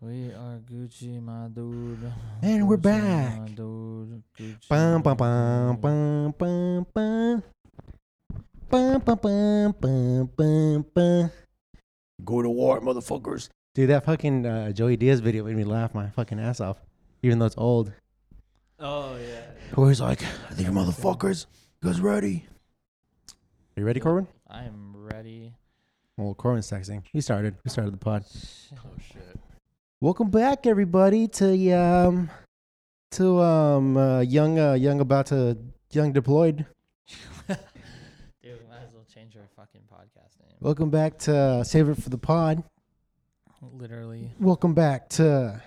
We are Gucci, my dude. And we're Gucci, back. My dude. Gucci, Bum, my bum, bum, dude. bum, bum, bum. Bum, bum, bum, bum, bum, bum. Go to war, motherfuckers. Dude, that fucking uh, Joey Diaz video made me laugh my fucking ass off, even though it's old. Oh yeah. Where he's like, I think you motherfuckers, you guys ready? Are you ready, Corbin? I am ready. Well, Corbin's texting. We started. We started the pod. Oh, Shit. shit. Welcome back, everybody, to um, to um, uh, young, uh, young about to young deployed. Dude, we might as well change our fucking podcast name. Welcome back to uh, Save It for the Pod. Literally. Welcome back to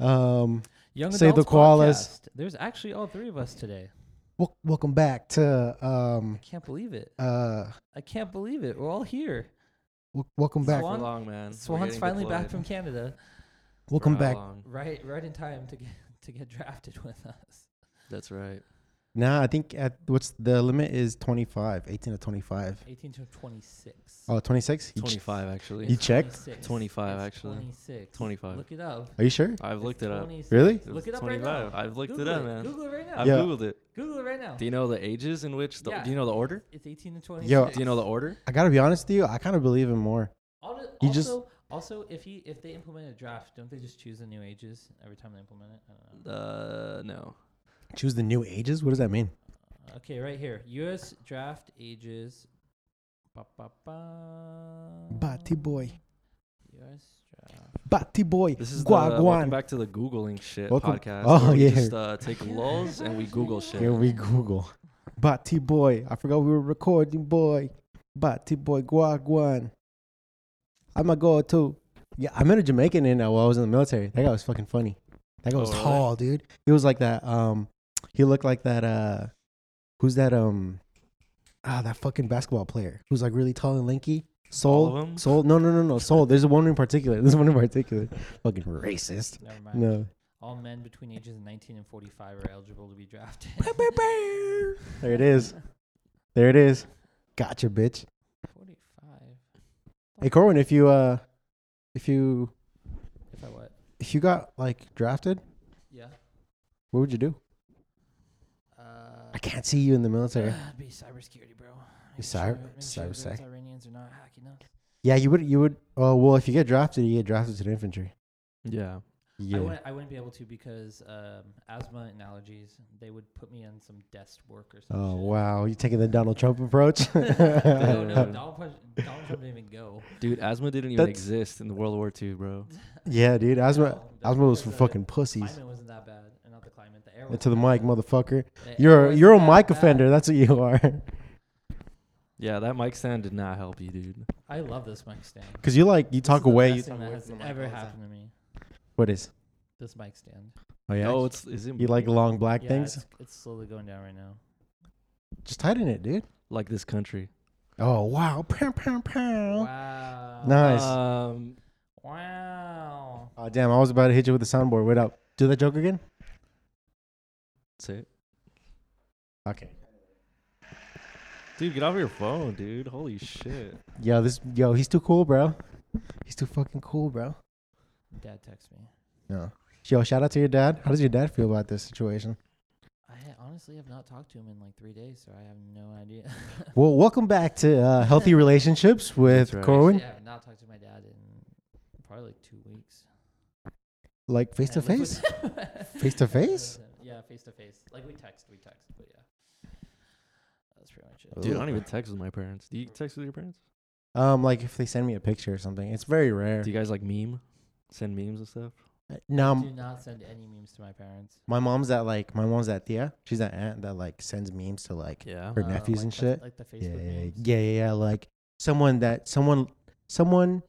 um Young Save the Adults koalas. podcast. There's actually all three of us today. wel- welcome back to um I can't believe it. uh I can't believe it. We're all here. wel- welcome back Swan- for long, man. We're Swan's getting finally back from deployed. Canada. welcome For how back. long? Right, right in time to get to get drafted with us. That's right. Now I think at what's the limit is 25, 18 to 25. 18 to 26. Oh, 26? You ch- 25 actually. You checked? 26. 25, It's actually. 26. 25. Look it up. Are you sure? I've It's looked it up. 26. Really? was Look it up right now. I've looked Google it up, man. Google it right now. I've Yeah. googled it. Google it right now. Do you know the ages in which the Yeah. do you know the order? It's 18 to 26. Do you know the order? I got to be honest with you, I kind of believe in more. Al- You also, just- also, if he if they implement a draft, don't they just choose the new ages every time they implement it? I don't know. Uh no. Choose the new ages? What does that mean? Okay, right here. U.S. draft ages. Ba, ba, ba. Batty boy. U.S. draft. Batty boy. This is the Guaguan. welcome back to the googling shit Welcome- podcast. Oh, where we yeah. Just uh, take lulls and we Google shit. Here we Google. Batty boy. I forgot we were recording, boy. Batty boy Guaguan. I'm going to go too. Yeah, I met a Jamaican in uh, while I was in the military. That guy was fucking funny. That guy Oh, was really? tall, dude. He was like that. Um, he looked like that. Uh, who's that? Um, ah, that fucking basketball player who's like really tall and lanky. All of Soul, 'em? soul. No, no, no, no. Soul. There's one in particular. There's one in particular. fucking racist. Never mind. No. All men between ages 19 and 45 are eligible to be drafted. There it is. There it is. Gotcha, bitch. 45. Hey Corwin, if you uh, if you If I what? if you got like drafted, Yeah. what would you do? Uh, I can't see you in the military. I'd be cybersecurity, bro. Make cyber- make sure cyber those sec. Iranians are not hacking us. Yeah, you would. You would. Oh well, if you get drafted, you get drafted to the infantry. Yeah. Yeah. I, wouldn't, I wouldn't be able to because um, asthma and allergies. They would put me on some desk work or something. Oh wow, you taking the Donald Trump approach? no, no, Yeah. Donald, Trump- Donald Trump didn't even go. Dude, asthma didn't even That's- exist in the World War II, bro. yeah, dude. Asthma. No, asthma was for because fucking The pussies. climate wasn't that bad, and not the climate. The air. To the wasn't mic, that motherfucker. bad. The air You're wasn't you're a that mic bad. offender. That's what you are. Yeah, that mic stand did not help you, dude. I love this mic stand. Cause you like you This is talk the away. best You thing talk that away has from the mic ever all the time. happened to me. What is? This mic stand. Oh yeah. Oh, it's is it you like long black yeah, things? It's, it's slowly going down right now. Just tighten it, dude. like this country. Oh wow. Pow, pow, pow. Wow. Nice. Um Wow. Oh damn! I was about to hit you with the soundboard. Wait up. Do that joke again. say it. Okay. Dude, get off your phone, dude. Holy shit. Yo, this yo, he's too cool, bro. He's too fucking cool, bro. Dad texted me. No. Yo, shout out to your dad. How does your dad feel about this situation? I ha- honestly have not talked to him in like three days, so I have no idea. Well, welcome back to uh, Healthy Relationships with That's right. Corwin, Actually, I have not talked to my dad in probably like two weeks. like face And to I live face. with- Face to face. yeah, face to face. Like we text, we text, but yeah, that's pretty much it. Dude, I Ooh. don't even text with my parents. Do you text with your parents? Um, like if they send me a picture or something, it's very rare. Do you guys like meme? Send memes and stuff? Uh, No, Do m- not send any memes to my parents. my mom's that like my mom's that tia. She's that aunt that like sends memes to like Yeah. Her Uh, nephews like and the- shit? Like the Facebook yeah, yeah, memes. yeah, yeah, yeah, like someone that someone someone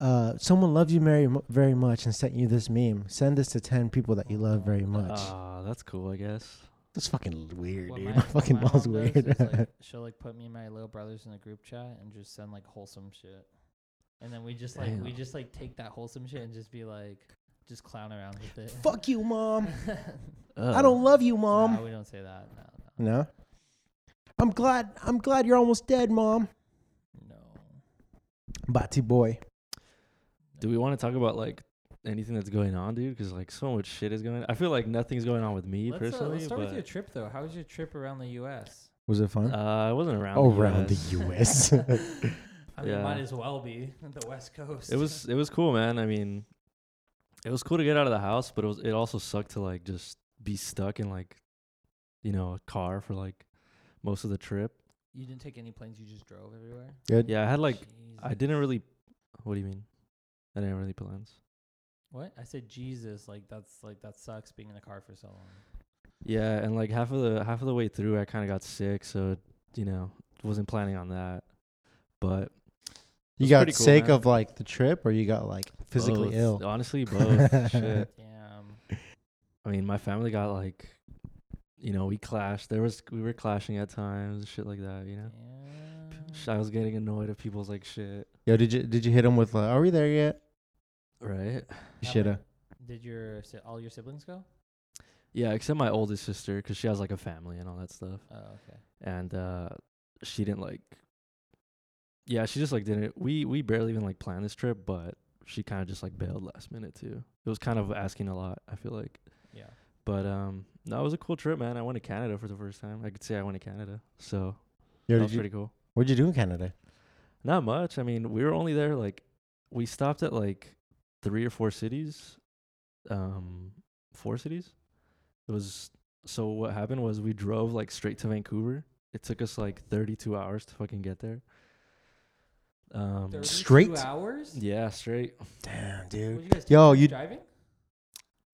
uh someone loves you very mu- very much and sent you this meme. Send this to 10 people that you Oh, love very much. Ah, that's cool, I guess. That's fucking weird, What dude. my- My, what fucking my mom's mom does weird. is, like, she'll like put me and my little brothers in a group chat and just send like wholesome shit, and then we just like we Damn. just like take that wholesome shit and just be like just clown around with it. Fuck you, mom. I Ugh. don't love you, No, mom. we don't say that. No, no, No. I'm glad I'm glad you're almost dead, mom. no. Bati boy. Do we want to talk about like anything that's going on, dude, because like so much shit is going. on. I feel like nothing's going on with me Let's, uh, personally. let's start but, with your trip though. How was your trip around the U.S.? Was it fun? Uh, I wasn't around. Oh, the around the U.S. US. I mean, Yeah. might as well be the West Coast. It was it was cool, man. I mean, it was cool to get out of the house, but it was it also sucked to like just be stuck in like, you know, a car for like most of the trip. You didn't take any planes. You just drove everywhere. Good. Yeah, I had like I Jesus. didn't really. What do you mean? I didn't really plans. What I said, Jesus, like that's like that sucks being in a car for so long. Yeah, and like half of the half of the way through, I kind of got sick, so you know, wasn't planning on that. But You was got pretty cool, sick man. of like the trip, or you got like physically both- ill? Honestly, both. Shit. Damn. I mean, my family got like, you know, we clashed. There was we were clashing at times, shit like that. You know, Sh- Damn. I was getting annoyed at people's like shit. Yo, did you did you hit him with? Like, Are we there yet? Right. You How shoulda. Did your si- all your siblings go? Yeah, except my oldest sister, 'cause she has like a family and all that stuff, Oh, okay. and uh she didn't like. Yeah, she just like didn't. We we barely even like planned this trip, but she kind of just like bailed last minute too. It was kind of asking a lot. I feel like. Yeah. But um, no, it was a cool trip, man. I went to Canada for the first time. I could say I went to Canada, so Yo, that did was you, pretty cool. what'd you do in Canada? Not much. I mean, we were only there like we stopped at like three or four cities, um, four cities. It was so what happened was we drove like straight to Vancouver. It took us like 32 hours to fucking get there. Um, 32 Straight? hours. yeah, straight. Damn, What'd dude. you guys do? Yo, Just you- driving?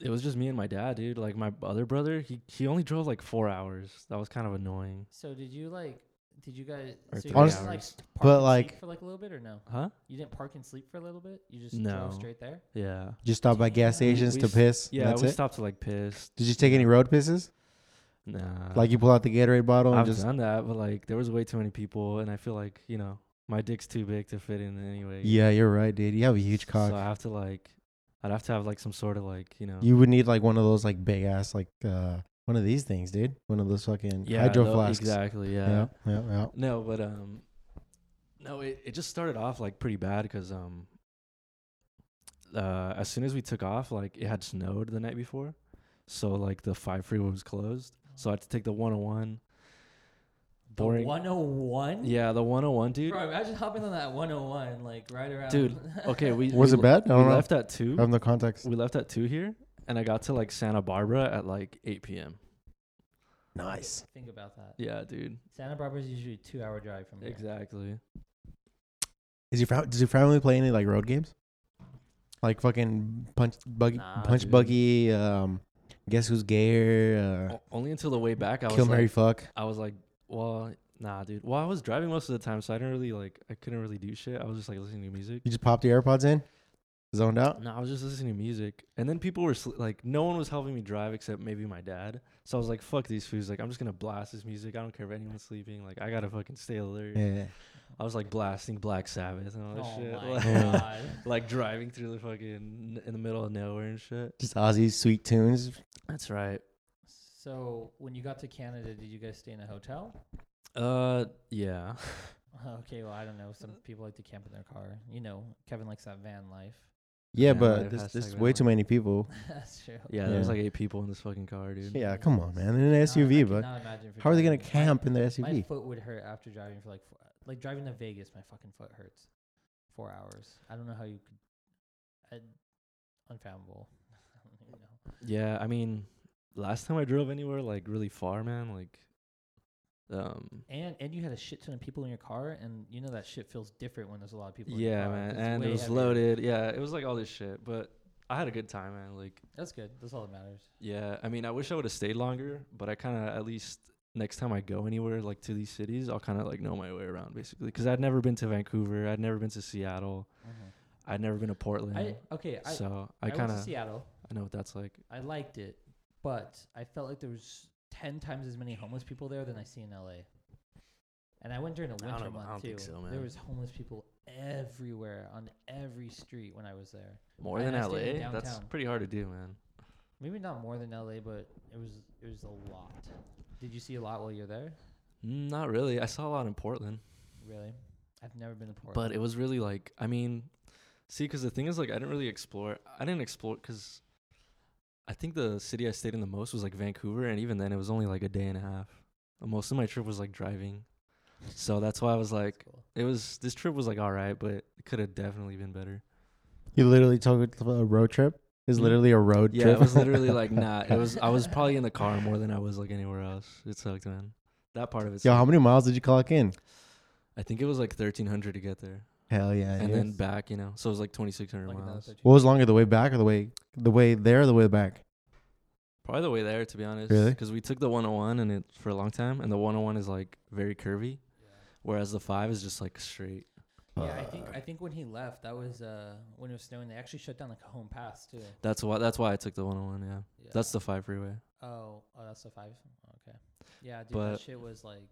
It was just me and my dad, dude. Like my other brother, he he only drove like four hours. That was kind of annoying, So did you like? Did you guys? Or So three you guys didn't, like, hours. park But, and like- sleep for like a little bit or no? huh? You didn't park and sleep for a little bit. You just No. drove straight there. Yeah. Just stop by gas We- stations we to s- piss. Yeah, that's we it. stopped to like piss. Did you take any road pisses? Nah. Like you pull out the Gatorade bottle and I've just done that, but like there was way too many people, and I feel like you know my dick's too big to fit in anyway. yeah, you're right, dude. You have a huge cock. So I have to like, I'd have to have like some sort of like you know. You would need like one of those like big ass like uh one of these things, dude. One of those fucking hydro tho- flasks. Exactly. Yeah. Yeah, yeah, yeah. No, but um, no, it it just started off like pretty bad because um. Uh, as soon as we took off, like it had snowed the night before, so like the five freeway was closed. So I had to take the 101. Boring. One oh one. yeah, the 101, dude. Bro, imagine hopping on that 101, like right around. Dude, Okay, we Was we it le- bad? I we don't know. left at two. I have no context. we left at two here, and I got to like Santa Barbara at like eight p.m. Nice. Think about that. Yeah, dude. Santa Barbara's usually a two-hour drive from here. Exactly. Is your fam- does your family play any like road games? Like fucking punch buggy, Nah, punch dude. buggy. Um, guess who's gayer? Uh, O- only until the way back, I kill Oh, was Mary like, fuck. I was like, well, nah, dude. Well, I was driving most of the time, so I didn't really like, I couldn't really do shit. I was just like listening to music. You just popped your AirPods in, zoned out. No, I was just listening to music, and then people were sl- like, no one was helping me drive except maybe my dad. So I was like, fuck these fools. Like, I'm just gonna blast this music. I don't care if anyone's sleeping. Like, I gotta fucking stay alert. Yeah. I was like blasting Black Sabbath and all that Oh shit. my like- god. like driving through the fucking in the middle of nowhere and shit. Just Ozzy's sweet tunes. That's right. So when you got to Canada, did you guys stay in a hotel? Uh, yeah. Okay, well I don't know. Some people like to camp in their car. You know, Kevin likes that van life. Yeah, Yeah, but right, this, this hashtag is that way one. too many people. That's true. Yeah, there's Yeah. like eight people in this fucking car, dude. Yeah, come on, man. In an SUV, but how are they gonna camp in their My, my SUV? foot would hurt after driving for like, four, like driving to Vegas. My fucking foot hurts. Four hours. I don't know how you could. I, unfathomable. I don't even know. Yeah, I mean, last time I drove anywhere like really far, man, like um And and you had a shit ton of people in your car, and you know that shit feels different when there's a lot of people. in your yeah, car, man, 'cause it's and it way was heavier. loaded. Yeah, it was like all this shit, but I had a good time, man. Like That's good. That's all that matters. yeah, I mean, I wish I would have stayed longer, but I kind of at least next time I go anywhere like to these cities, I'll kind of like know my way around basically cuz I'd never been to Vancouver, I'd never been to Seattle, I'd never been to Portland. I okay. I Mm-hmm. so I, I kind went to of Seattle. I know what that's like. I liked it, but I felt like there was ten times as many homeless people there than I see in LA. And I went during a don't winter know- I month don't too. think so, There man. was homeless people everywhere on every street when I was there. More I- than I LA? stayed in That's downtown. pretty hard to do, man. Maybe not more than LA, but it was it was a lot. Did you see a lot while you're there? Mm, Not really. I saw a lot in Portland, Really? I've never been to Portland. but it was really like, I mean, See, because the thing is, like, I didn't really explore. I didn't explore because I think the city I stayed in the most was like Vancouver, and even then, it was only like a day and a half. Uh, Most of my trip was like driving, so that's why I was like, cool. it was this trip was like all right, but it could have definitely been better. You literally took it to a road trip. It's Mm. literally a road Yeah, trip. it was literally like nah. It was I was probably in the car more than I was like anywhere else. It sucked, man. That part of it. Yo, how sucked. many miles did you clock in? I think it was like thirteen hundred to get there, Hell yeah! and it then is. back. You know, so it was like twenty six hundred Like another miles. 13. what was longer, the way back or the way the way there, or the way back? Probably the way there, to be honest. Really? Because we took the 101 and it for a long time, and the 101 is like very curvy, whereas the five is just like straight. Yeah, Uh, I think Fuck. I think when he left, that was uh when it was snowing. They actually shut down the Cajon Pass too. That's why. That's why I took the 101. Yeah, Yeah. that's the five freeway. oh oh that's the five. Okay, yeah, dude, But- that shit was like,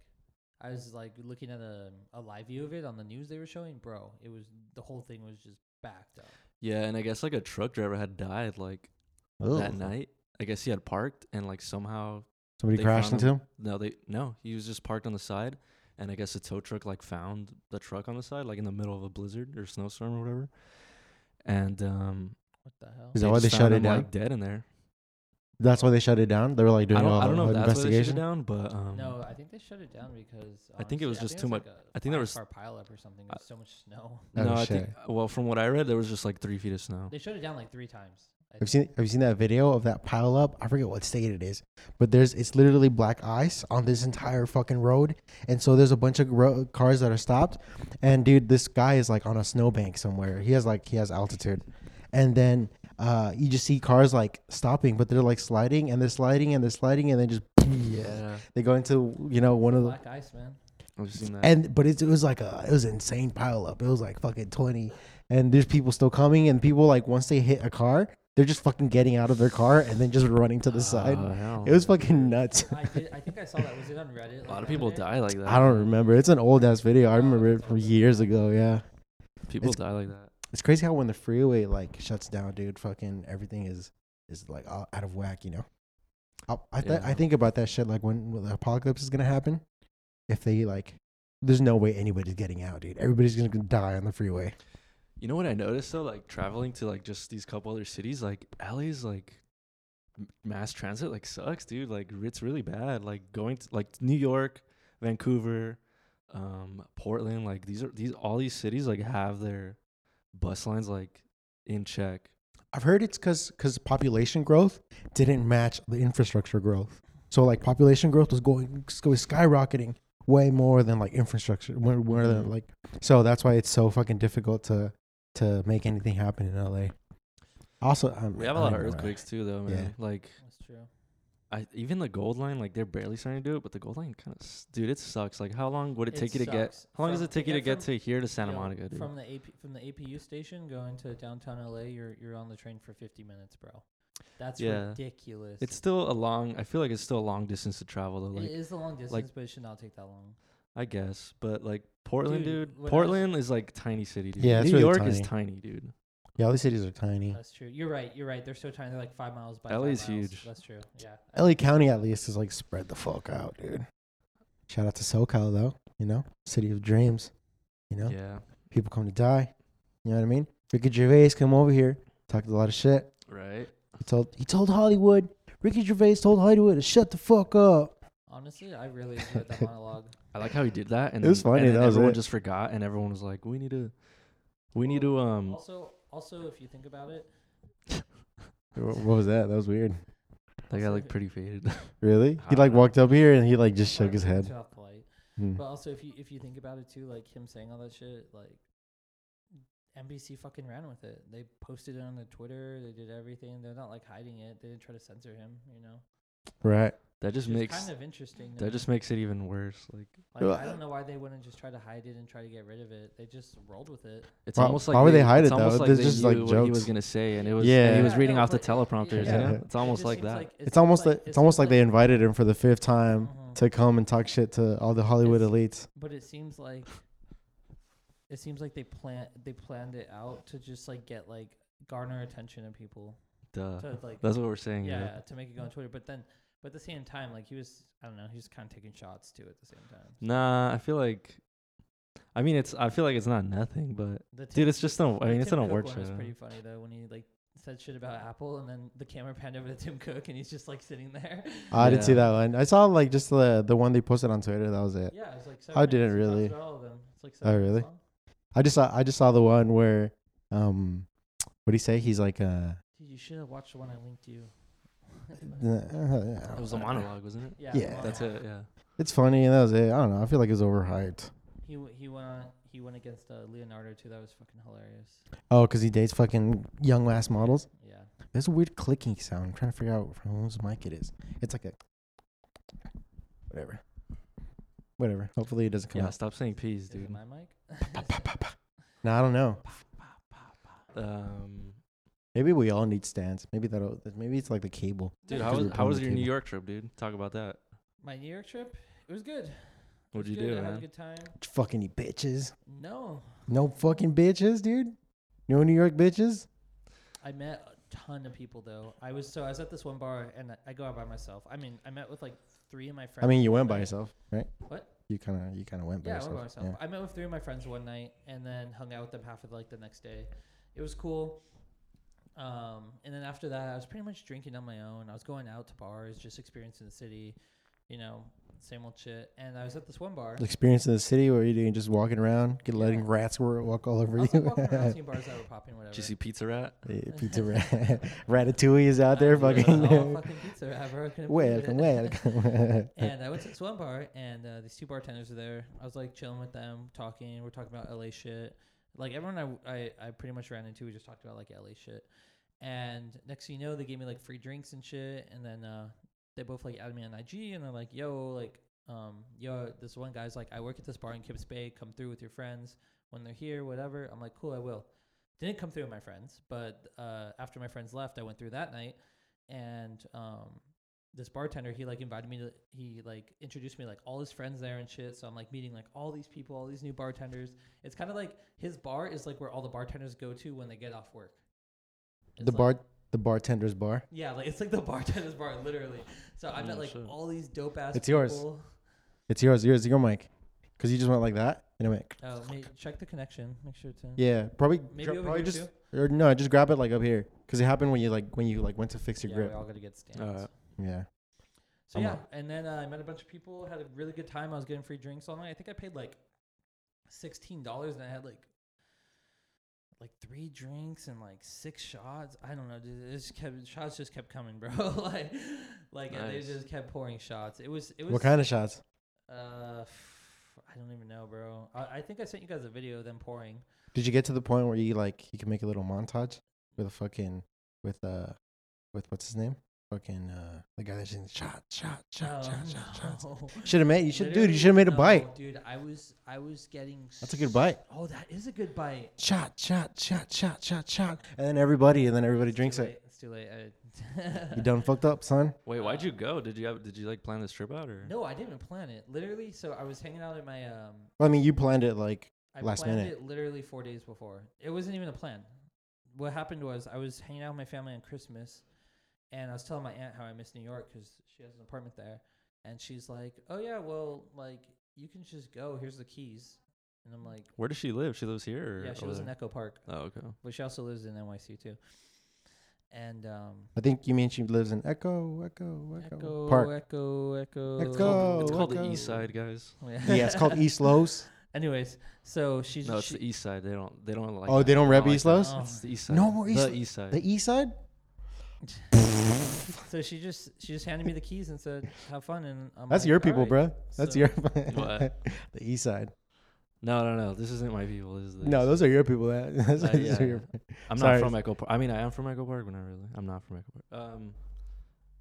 I was like looking at a a live view of it on the news they were showing, bro. It was the whole thing was just backed up. Yeah, and I guess like a truck driver had died like that Ugh. night. I guess he had parked and like somehow Somebody they crashed found into him. no they no he was just parked on the side, and I guess a tow truck like found the truck on the side like in the middle of a blizzard or snowstorm or whatever, and um What the hell? Is that why just they found shut it him, down? like dead in there. That's why they shut it down. They were like doing I don't, a, I don't know an if that's why they shut investigation. it down, but um, no, I think they shut it down because I think it honestly, was just think too was much- Like I think there was- car pileup or something. There's so much snow. Oh, no, I shit. think well, from what I read, there was just like three feet of snow. They shut it down like three times. I Have you think. seen Have you seen that video of that pile up? I forget what state it is, but there's it's literally black ice on this entire fucking road, and so there's a bunch of ro- cars that are stopped, and dude, this guy is like on a snowbank somewhere. He has like he has altitude, and then uh, you just see cars like stopping, but they're like sliding and they're sliding and they're sliding and then just Yeah, they go into you know one of the Black ice, man. I've seen that. and but it, it was like a it was an insane pile up. It was like fucking twenty, and there's people still coming, and people like once they hit a car, they're just fucking getting out of their car and then just running to the side. Oh, hell. It was fucking nuts. Ah, I did. I think I saw that. Was it on Reddit? a like, lot of the people other day? die like that. I don't remember. It's an old ass video. I remember it from years ago. Yeah, People It's- die like that. it's crazy how when the freeway like shuts down, dude, fucking everything is is like all out of whack. You know, I I, th- Yeah. I think about that shit like when, when the apocalypse is gonna happen. If they like, there's no way anybody's getting out, dude. Everybody's gonna die on the freeway. You know what I noticed though, like traveling to like just these couple other cities, like LA's like m- mass transit like sucks, dude. Like it's really bad. Like going to like New York, Vancouver, um, Portland, like these are these all these cities like have their bus lines like in check. I've heard it's because population growth didn't match the infrastructure growth. So like population growth was going was skyrocketing way more than like infrastructure. More, more than Mhm. like so that's why it's so fucking difficult to to make anything happen in LA. Also, I'm, We have a I lot don't of know why. earthquakes too though, man. Like That's true. I even the gold line, like they're barely starting to do it, but the gold line kind of, dude, it sucks. Like, how long would it, It take you to get? sucks. How long does From- it take you yeah, to get from- to here to Santa Yo, Monica, dude? From the AP from the APU station going to downtown LA, you're you're on the train for 50 minutes, bro. That's Yeah. ridiculous. It's still a long. I feel like it's still a long distance to travel though. it Like, is a long distance, but it should not take that long. I guess, but like Dude, Portland, dude. when I was- Portland is like tiny city, dude. Yeah, it's New really York is tiny, dude. Yeah, all these cities are tiny. That's true. You're right. You're right. They're so tiny. They're like five miles by. LA five is miles. huge. That's true. Yeah. LA County at least is like spread the fuck out, dude. Shout out to SoCal though, you know, city of dreams. You know, Yeah, people come to die. You know what I mean? Ricky Gervais come over here, talked a lot of shit. right. He told he told Hollywood. Ricky Gervais told Hollywood to shut the fuck up. Honestly, I really enjoyed that monologue. I like how he did that, and It was then- funny, And then that was everyone it. just forgot, and everyone was like, "We need to, we need to." Well, Um, Also, also, if you think about it, What was that? That was weird. that guy also like if- pretty faded. Really? He, like, walked up here and he like just sorry for cutting you off, Polite. Hmm. But also, if you if you think about it too, like him saying all that shit, like NBC fucking ran with it. They posted it on their Twitter. They did everything. They're not like hiding it. They didn't try to censor him. You know, Right. that just Which is makes kind of interesting. to that me. just makes it even worse. Like, like, I Well, don't know why they wouldn't just try to hide it and try to get rid of it. They just rolled with it. It's Why- almost like why would they hide it's it, though? almost Like There's they just, knew like, what he was jokes. gonna say, and it was Yeah. and he was Yeah, reading no, off the but- yeah, teleprompters. yeah. You It know, it's almost just like seems that. It's almost like, it's almost like they they invited him for the fifth time Mhm. to come and talk shit to all the Hollywood elites. But it seems like it seems like they plan they planned it out to just like get like garner attention of people Duh. to like That's what we're saying. yeah, Yeah. to make it go on Twitter. But then, but at the same time, like he was, I don't know, he was kind of taking shots too at the same time. Nah, I feel like I mean, it's. I feel like it's not nothing, but The Tim dude, it's just no. I mean, it's Tim not a Cook work one was show. pretty funny though when he like said shit about Apple, and then the camera panned over to Tim Cook, and he's just like sitting there. I didn't see Yeah. that one. I saw like just the the one they posted on Twitter. That was it. yeah, it's like. Seven I didn't minutes, he really- Oh, talks about all of them. It's like seven minutes really? long. I just saw I just saw the one where um, what do you say? He's like uh, Dude, you should have watched the one I linked you. It was a monologue, wasn't it? yeah, Yeah. well, That's it. Yeah. It's funny and that was it. I don't know. I feel like it's overhyped. He w- he went on, he went against uh, Leonardo too. That was fucking hilarious. Oh, because he dates fucking young ass models. Yeah. There's a weird clicking sound. I'm trying to figure out from whose mic it is. It's like a whatever, whatever. Hopefully it doesn't come yeah. out. Stop saying Is peas, it dude. my mic? No, I don't know. Um, Maybe we all need stands. Maybe that'll. Maybe it's like the cable. dude, Yeah, how 'cause was we're how pulling was the your New cable. York trip, dude? Talk about that. My New York trip, it was good. It was What'd you good. do, I had a man? good time. Fucking you bitches. No, No fucking bitches, dude. No New York bitches. I met a ton of people though. I was so I was at this one bar and I- I go out by myself. I mean, I met with like three of my friends. I mean, you went by one night. yourself, right? What? You kind of you kind of went by Yeah, I yourself. went by myself. I met with three of my friends one night and then hung out with them half of like the next day. It was cool. Um, and then after that, I was pretty much drinking on my own. I was going out to bars, just experiencing the city, you know, same old shit. And I was at this one bar. The Experience in the city where you're doing just walking around, get letting Yeah. rats wa- walk all I over was like you. walking around seeing bars that were popping, whatever. Did you see Pizza Rat? Eh, Pizza rat. Ratatouille is out I there, Oh, was all fucking. fucking pizza. ever. I couldn't believe it. welcome, welcome. and I went to this one bar, and uh, these two bartenders were there. I was like chilling with them, talking. We're talking about LA shit. Like everyone I, I, I pretty much ran into, we just talked about like LA shit. And next thing you know, they gave me like free drinks and shit. And then uh, they both like added me on IG, and they're like, "Yo, like, um, yo, this one guy's like, I work at this bar in Kips Bay. Come through with your friends when they're here, whatever." I'm like, "Cool, I will." Didn't come through with my friends, but uh, after my friends left, I went through that night, and um, this bartender he like invited me to he like introduced me to, like all his friends there and shit so i'm like meeting like all these people all these new bartenders it's kind of like his bar is like where all the bartenders go to when they get off work It's the like- bar, the bartender's bar. yeah like it's like the bartender's bar literally so i met Oh, like shit. all these dope ass It's yours. It's yours, yours, your mic. Because you just went like that, and it went. oh may- check the connection make sure to Yeah, probably. maybe dra- over probably here just too or no, just grab it like up here. Because it happened when you like when you like went to fix your yeah we grip. all gotta get stands Alright. Yeah. So I'm yeah, up. and then uh, I met a bunch of people, had a really good time. I was getting free drinks all night. I think I paid like sixteen dollars, and I had like like three drinks and like six shots. I don't know. dude, It just kept shots just kept coming, bro. like like and they Nice. just kept pouring shots. It was it was What kind of shots? Uh, I don't even know, bro. I, I think I sent you guys a video of them pouring. Did you get to the point where you like you can make a little montage with a fucking with uh with what's his name? Fucking uh the guy that's in shot shot shot shot shot shots. Oh, Um, no. Should have made you should dude Literally, you should have made a no, bite. dude. I was I was getting That's a good s- bite. Oh, that is a good bite. Shot shot shot shot shot shot, and then everybody and then everybody It's too drinks it. late, It's too late. I- You done fucked up, son. Wait, why'd you go? Did you have? Did you like plan this trip out or? No, I didn't plan it. Literally, so I was hanging out at my um. Well, I mean, you planned it like I Last planned minute. it literally four days before. It wasn't even a plan. What happened was I was hanging out with my family on Christmas, and I was telling my aunt how I miss New York because she has an apartment there, and she's like, "Oh yeah, well, like you can just go. Here's the keys." And I'm like, Where does she live? She lives here. Or "Yeah, she over lives in there? Echo Park, Oh, okay. but she also lives in NYC too." And um, I think you mean she lives in Echo Echo Echo, Echo, Park. Echo, Echo, It's called, the- it's Go, called go. the East Side, guys. yeah, it's called East Los. Oh, Anyways, so she's No, it's she, the East Side. They don't. They don't like. Oh, that. they don't rep like East that. Los? It's the East Side. No more East The Lo- East Side. The E- East Side? So she just she just handed me the keys and said, "Have fun." And I'm That's like, your "All people, right." bro. That's So- your What? the East Side. no, no, no. This isn't my people. This is the E No, East those are your people. That those Uh, are your yeah. people. I'm Sorry. not from Echo Park. I mean, I am from Echo Park, but not really. I'm not from Echo Park. Um,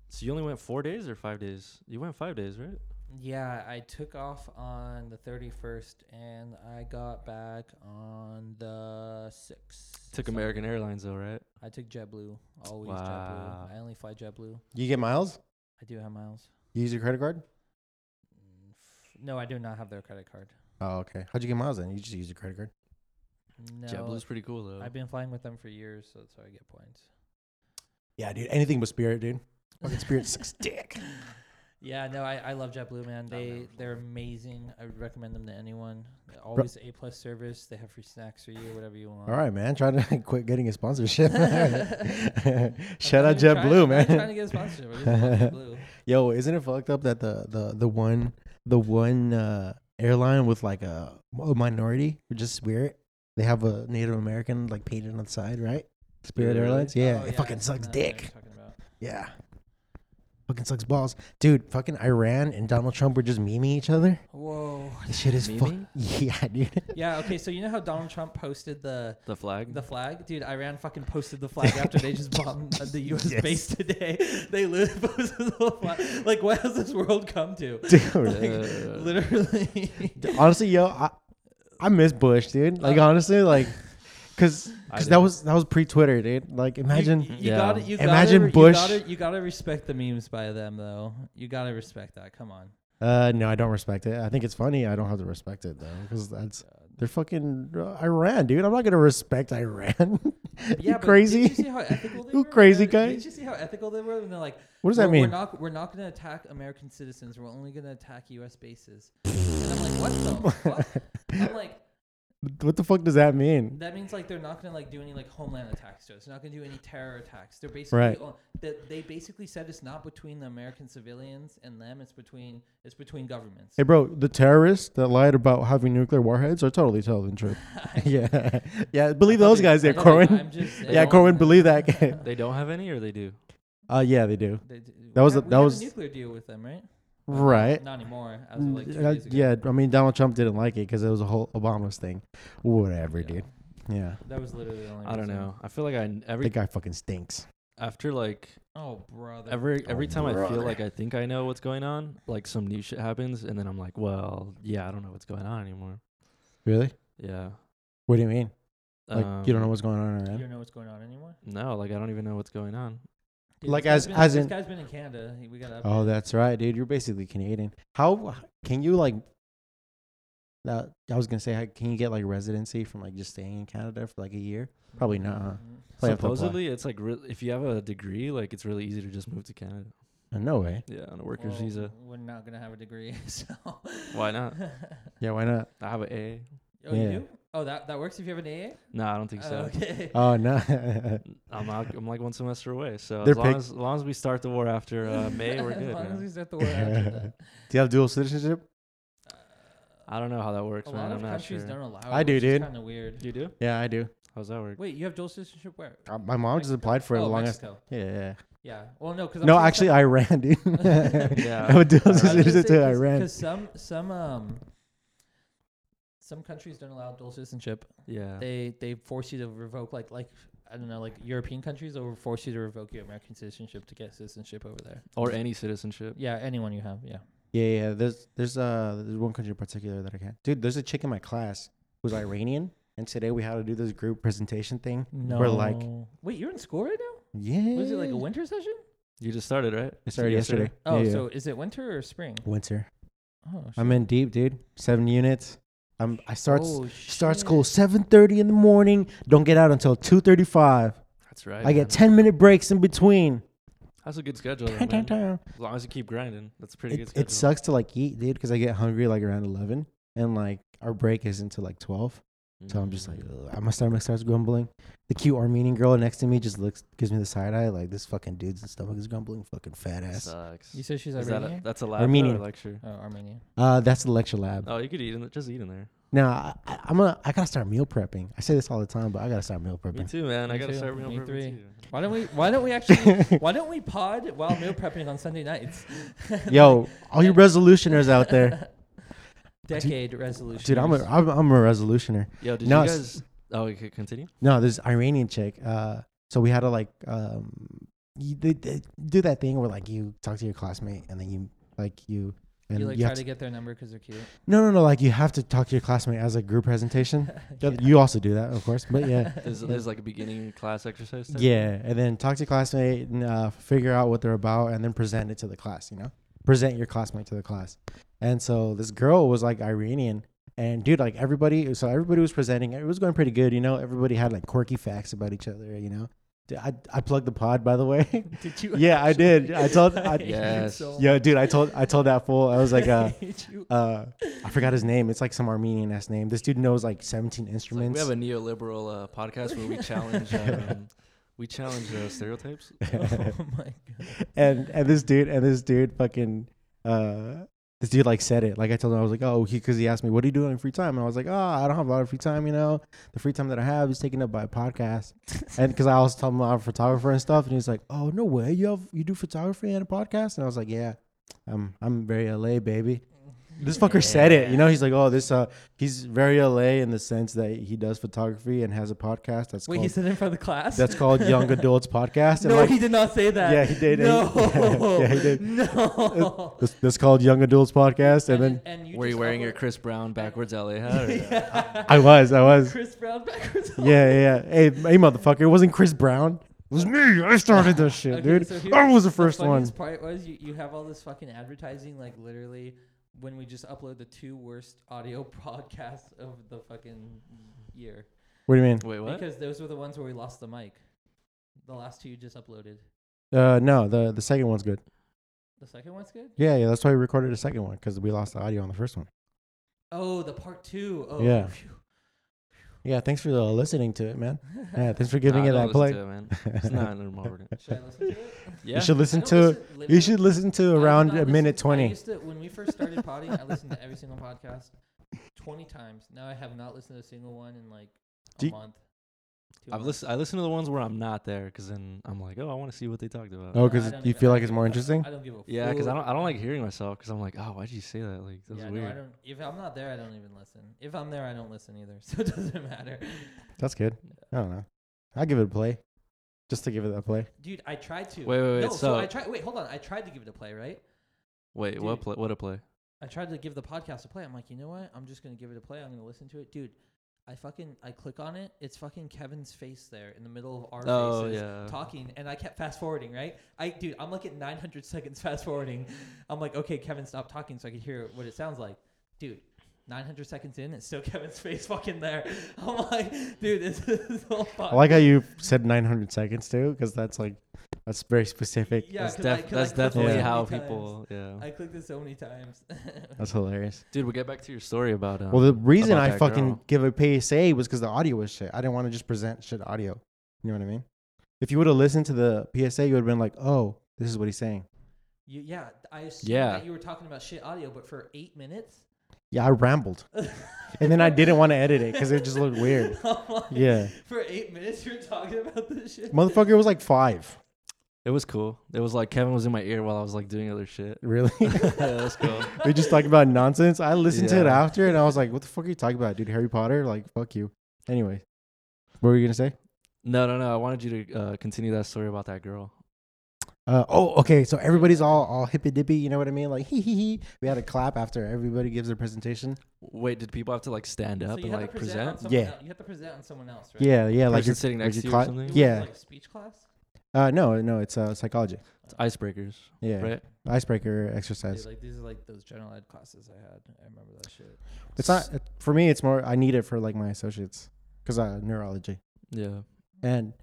so you only went four days or five days? You went five days, right? Yeah, I took off on the 31st and I got back on the 6th. Took So American Airlines though, right? I took JetBlue. Always Wow. JetBlue. I only fly JetBlue. You get miles? I do have miles. You use your credit card? Mm, f- No, I do not have their credit card. Oh, okay. How'd you get miles then? You just use your credit card. No, JetBlue's pretty cool though. I've been flying with them for years, so that's how I get points. Yeah, dude. Anything but Spirit, dude. Fucking Spirit sucks dick. Yeah, no, I, I love JetBlue, man. They they're amazing. I would recommend them to anyone. They're Always A plus service. They have free snacks for you, whatever you want. All right, man. Try to quit getting a sponsorship. Shout I'm not even out JetBlue, trying- I'm not Trying man. to get a sponsorship. I just love JetBlue. Yo, isn't it fucked up that the the the one the one uh, airline with like a, a minority, or just Spirit, they have a Native American like painted on the side, right? Spirit they really? Airlines, yeah, Oh, it I fucking seen sucks that. I know what dick. you're talking about. Yeah. Fucking sucks balls. Dude, fucking Iran and Donald Trump were just memeing each other. Whoa. This shit is fuck. Memeing? Yeah, dude. Yeah. Okay. So you know how Donald Trump posted the The flag. the flag, dude. Iran fucking posted the flag after they just bombed the U.S. Yes. base today. They literally posted the whole flag. Like, what has this world come to? Dude. Like, Uh, literally. honestly, yo, I, I miss Bush, dude. Like, honestly, like, cause, Uh, I cause do. that was that was pre Twitter, dude. Like, imagine. You, you Yeah. gotta, you Imagine gotta, Bush- You gotta, you gotta respect the memes by them, though. You gotta respect that. Come on. uh, no, I don't respect it. I think it's funny. I don't have to respect it though, cause that's they're fucking uh, Iran, dude. I'm not gonna respect Iran. you but crazy? Did you see how ethical they You were? crazy Did- guy? Did you see how ethical they were? And they're like, What does that "We're- mean? We're not, we're not going to attack American citizens. We're only going to attack U.S. bases. and I'm like, what the fuck? I'm like, what the fuck does that mean? that means like they're not going to like do any like homeland attacks to us. They're not going to do any terror attacks. They're basically Right. on- that they basically said it's not between the American civilians and them. It's between it's between governments. Hey, bro, the terrorists that lied about having nuclear warheads are totally telling the truth. yeah, yeah, believe I thought those they- guys, I yeah, know, Corwin. like, I'm just saying yeah, Corwin, believe that. They don't have any, or they do. uh, yeah, they do. They d- we That was had- a- we that had was- a nuclear deal with them, right? Right. Not anymore. As of, like two Uh, days ago. yeah, I mean Donald Trump didn't like it because it was a whole Obama's thing. Whatever, Yeah. dude. Yeah, That was literally the only. I don't reason. know. I feel like I n- that every guy fucking stinks. after like Oh, brother. every every time I feel brother. like I think I know what's going on, like some new shit happens, and then I'm like, well, yeah, I don't know what's going on anymore. Really? Yeah. What do you mean? Like you don't know Um, what's going on in you Iran? don't know what's going on anymore. No, like I don't even know what's going on. Like, this guy's as- been, as this in- guy's been in Canada. He- We got up. Oh, that's right, dude. You're basically Canadian. How can you like? That I was gonna say, how, can you get like residency from like just staying in Canada for like a year? Probably not. Mm-hmm. Huh? Probably have to apply. Supposedly, it's like re- if you have a degree, like it's really easy to just move to Canada. Uh, No way. Yeah, on a worker's Well, visa. We're not gonna have a degree, so. Why not? oh, Yeah, why not? I have an A. you Yeah. do? Oh, that that works if you have an AA. No, I don't think so. Oh, okay. Oh no. I'm out, I'm like one semester away. So They're as long pick- as, as long as we start the war after uh, May, we're as good. long as man. we start the war after that. do you have dual citizenship? I don't know how that works, A man. lot of I'm not sure. countries don't allow it. I do, dude. Kind of weird. You do? Yeah, I do. How's that work? Wait, you have dual citizenship where? Uh, my mom just Mexico? applied for it oh, the longest. Mexico. Yeah, yeah. Yeah. Well, no, because No, actually, Iran, dude. Yeah. I would do I was gonna citizenship to Iran. Because some some um some countries don't allow dual citizenship. Yeah. They they force you to revoke like like I don't know like European countries will force you to revoke your American citizenship to get citizenship over there. Or any citizenship. Yeah, anyone you have. Yeah. Yeah, yeah. There's there's uh there's one country in particular that I can't. Dude, there's a chick in my class who's Iranian, and today we had to do this group presentation thing. No. We're like, wait, you're in school right now? yeah. Was it like a winter session? You just started, right? I started yesterday. Oh, Yeah, yeah. so is it winter or spring? winter. Oh, I'm in deep, dude. Seven units. I'm I start Oh, start shit. school 7:30 in the morning. Don't get out until 2:35. That's right. I man. get 10 minute breaks in between. That's a good schedule. though, man. As long as you keep grinding, that's a pretty good it, schedule. it sucks to like eat, dude, because I get hungry like around eleven, and like our break is until like twelve. So I'm just like, Mm. ugh, my stomach starts grumbling. The cute Armenian girl next to me just looks, gives me the side eye, like this fucking dude's stomach is grumbling, fucking fat ass. Sucks. You said she's Is that Armenian. a, that's a lab Armenian. Armenian. lecture. oh, Armenian. Uh, that's the lecture lab. Oh, you could eat in. The, just eat in there. Now I, I, I'm gonna, I gotta start meal prepping. I say this all the time, but I gotta start meal Me prepping. too, man. I Me gotta too. start meal Me prepping three. too. Why don't we? Why don't we actually? why don't we pod while meal prepping on Sunday nights? Yo, all you resolutioners out there, Decade resolution. dude, I'm a, I'm, I'm a resolutioner. Yo, did No, you it's- guys? Oh, okay, continue. No, this Iranian chick. Uh, so we had to like um, you, they, they do that thing where like you talk to your classmate and then you like you and you like have try to to- get their number because they're cute. no no no like you have to talk to your classmate as a group presentation. Yeah, You also do that, of course, but yeah, There's, there's like a beginning class exercise. type? yeah, and then talk to your classmate and uh, figure out what they're about and then present it to the class. You know, present your classmate to the class. And so this girl was like Iranian. And dude, like everybody, so everybody was presenting. It was going pretty good, you know. Everybody had like quirky facts about each other, you know. Dude, I I plugged the pod by the way. Did you? Yeah, I did. I told- I- hate you Yes. so Yo, dude, I told I told that fool. I was like, uh, hate you. uh, I forgot his name. It's like some Armenian ass name. This dude knows like 17 It's like instruments. we have a neoliberal uh, podcast where we challenge um, we challenge uh, stereotypes. oh my god. and and this dude and this dude fucking uh this dude like said it like I told him I was like oh he because he asked me what do you do in free time and I was like oh I don't have a lot of free time you know the free time that I have is taken up by a podcast and because I also told him I'm a photographer and stuff and he's like oh no way you have you do photography and a podcast and I was like yeah I'm I'm very LA baby this fucker said it you know he's like oh this uh he's very LA in the sense that he does photography and has a podcast that's Wait, he called said it in front of the class. that's called Young Adults Podcast and No, like he did not say that. Yeah, he did. No. Yeah, he did. No. this, this called Young Adults Podcast and then and Were you just wearing your covered- Chris Brown backwards LA hat? or- uh, I was, I was. Chris Brown backwards? Yeah, yeah. yeah. Hey, hey, motherfucker! It wasn't Chris Brown. It was me. I started this shit, Okay, dude. so I here's was the first one. funniest part was you, you have all this fucking advertising, like literally when we just upload the two worst audio podcasts of the fucking year. What do you mean? Wait, what? Because those were the ones where we lost the mic. The last two you just uploaded. Uh, no, the the second one's good. The second one's good? Yeah, yeah. That's why we recorded a second one because we lost the audio on the first one. Oh, the part two. Oh, Yeah. phew. Yeah, thanks for uh, listening to it, man. Yeah, thanks for giving Nah, it don't that play. listen to it, man. It's not normal. Should I listen to it? Yeah. You should listen I to. don't listen- li- You should listen I to did around not a listen- minute I twenty. used to, when we first started potting, I listened to every single podcast 20 times. Now I have not listened to a single one in like a Do you- month. two I've months. listened. I listen to the ones where I'm not there, because then I'm like, oh, I want to see what they talked about. Oh, No, I 'cause don't you even- feel I like don't it's give more a- interesting? I don't give a Yeah, because I fuck. don't. I don't like hearing myself, because I'm like, oh, why did you say that? Like that was Yeah, no, I weird. don't. If I'm not there, I don't even listen. If I'm there, I don't listen either. So it doesn't matter. That's good. I don't know. I give it a play, just to give it a play. Dude, I tried to. Wait, wait, wait, No, so- I tried. Wait, hold on. I tried to give it a play, right? Wait, what Dude. play? What a play? I tried to give the podcast a play. I'm like, you know what? I'm just gonna give it a play. I'm gonna listen to it, dude. I fucking I click on it. It's fucking Kevin's face there in the middle of our Oh faces yeah. Uh-huh. talking, and I kept fast forwarding. Right? I dude, I'm like at 900 seconds fast forwarding. I'm like, okay, Kevin, stop talking so I can hear what it sounds like, dude. 900 seconds in, it's still Kevin's face fucking there. I'm like, dude, this is so fucked. I like how you said 900 seconds too, because that's like that's very specific. Yeah, that's 'cause I- def- 'cause I clicked that's it so definitely many how times. people. Yeah. I clicked this so many times. That's hilarious. Dude, we'll get back to your story about. Um, Well, the reason about I that fucking girl. give a PSA was because the audio was shit. I didn't want to just present shit audio. You know what I mean? If you would have listened to the PSA, you would have been like, "Oh, this is what he's saying." you, yeah, I assumed Yeah. that you were talking about shit audio, but for eight minutes. Yeah, I rambled, and then I didn't want to edit it because it just looked weird. I'm like, Yeah, For eight minutes, you're talking about this shit. motherfucker, it was like five. it was cool. It was like Kevin was in my ear while I was like doing other shit. Really? yeah, that's cool. we just talking about nonsense. I listened to it Yeah. after, and I was like, "What the fuck are you talking about, dude? Harry Potter? Like, fuck you." Anyway, what were you gonna say? No, no, no. I wanted you to uh, continue that story about that girl. Uh, oh, okay. So everybody's all all hippy dippy. You know what I mean? Like hee hee hee. We had a clap after everybody gives their presentation. Wait, did people have to like stand up so you and have like to present. on present? someone Yeah. el- You have to present on someone else, right? Yeah, yeah. Like Person you're sitting like next your to you or cla- something? It was Yeah. Like speech class. Uh, no, no. It's uh, psychology. It's icebreakers, Yeah. right? Icebreaker Dude, exercise. like these are like those general ed classes I had. I remember that shit. It's not uh, for me. It's more. I need it for like my associates because I neurology Yeah. and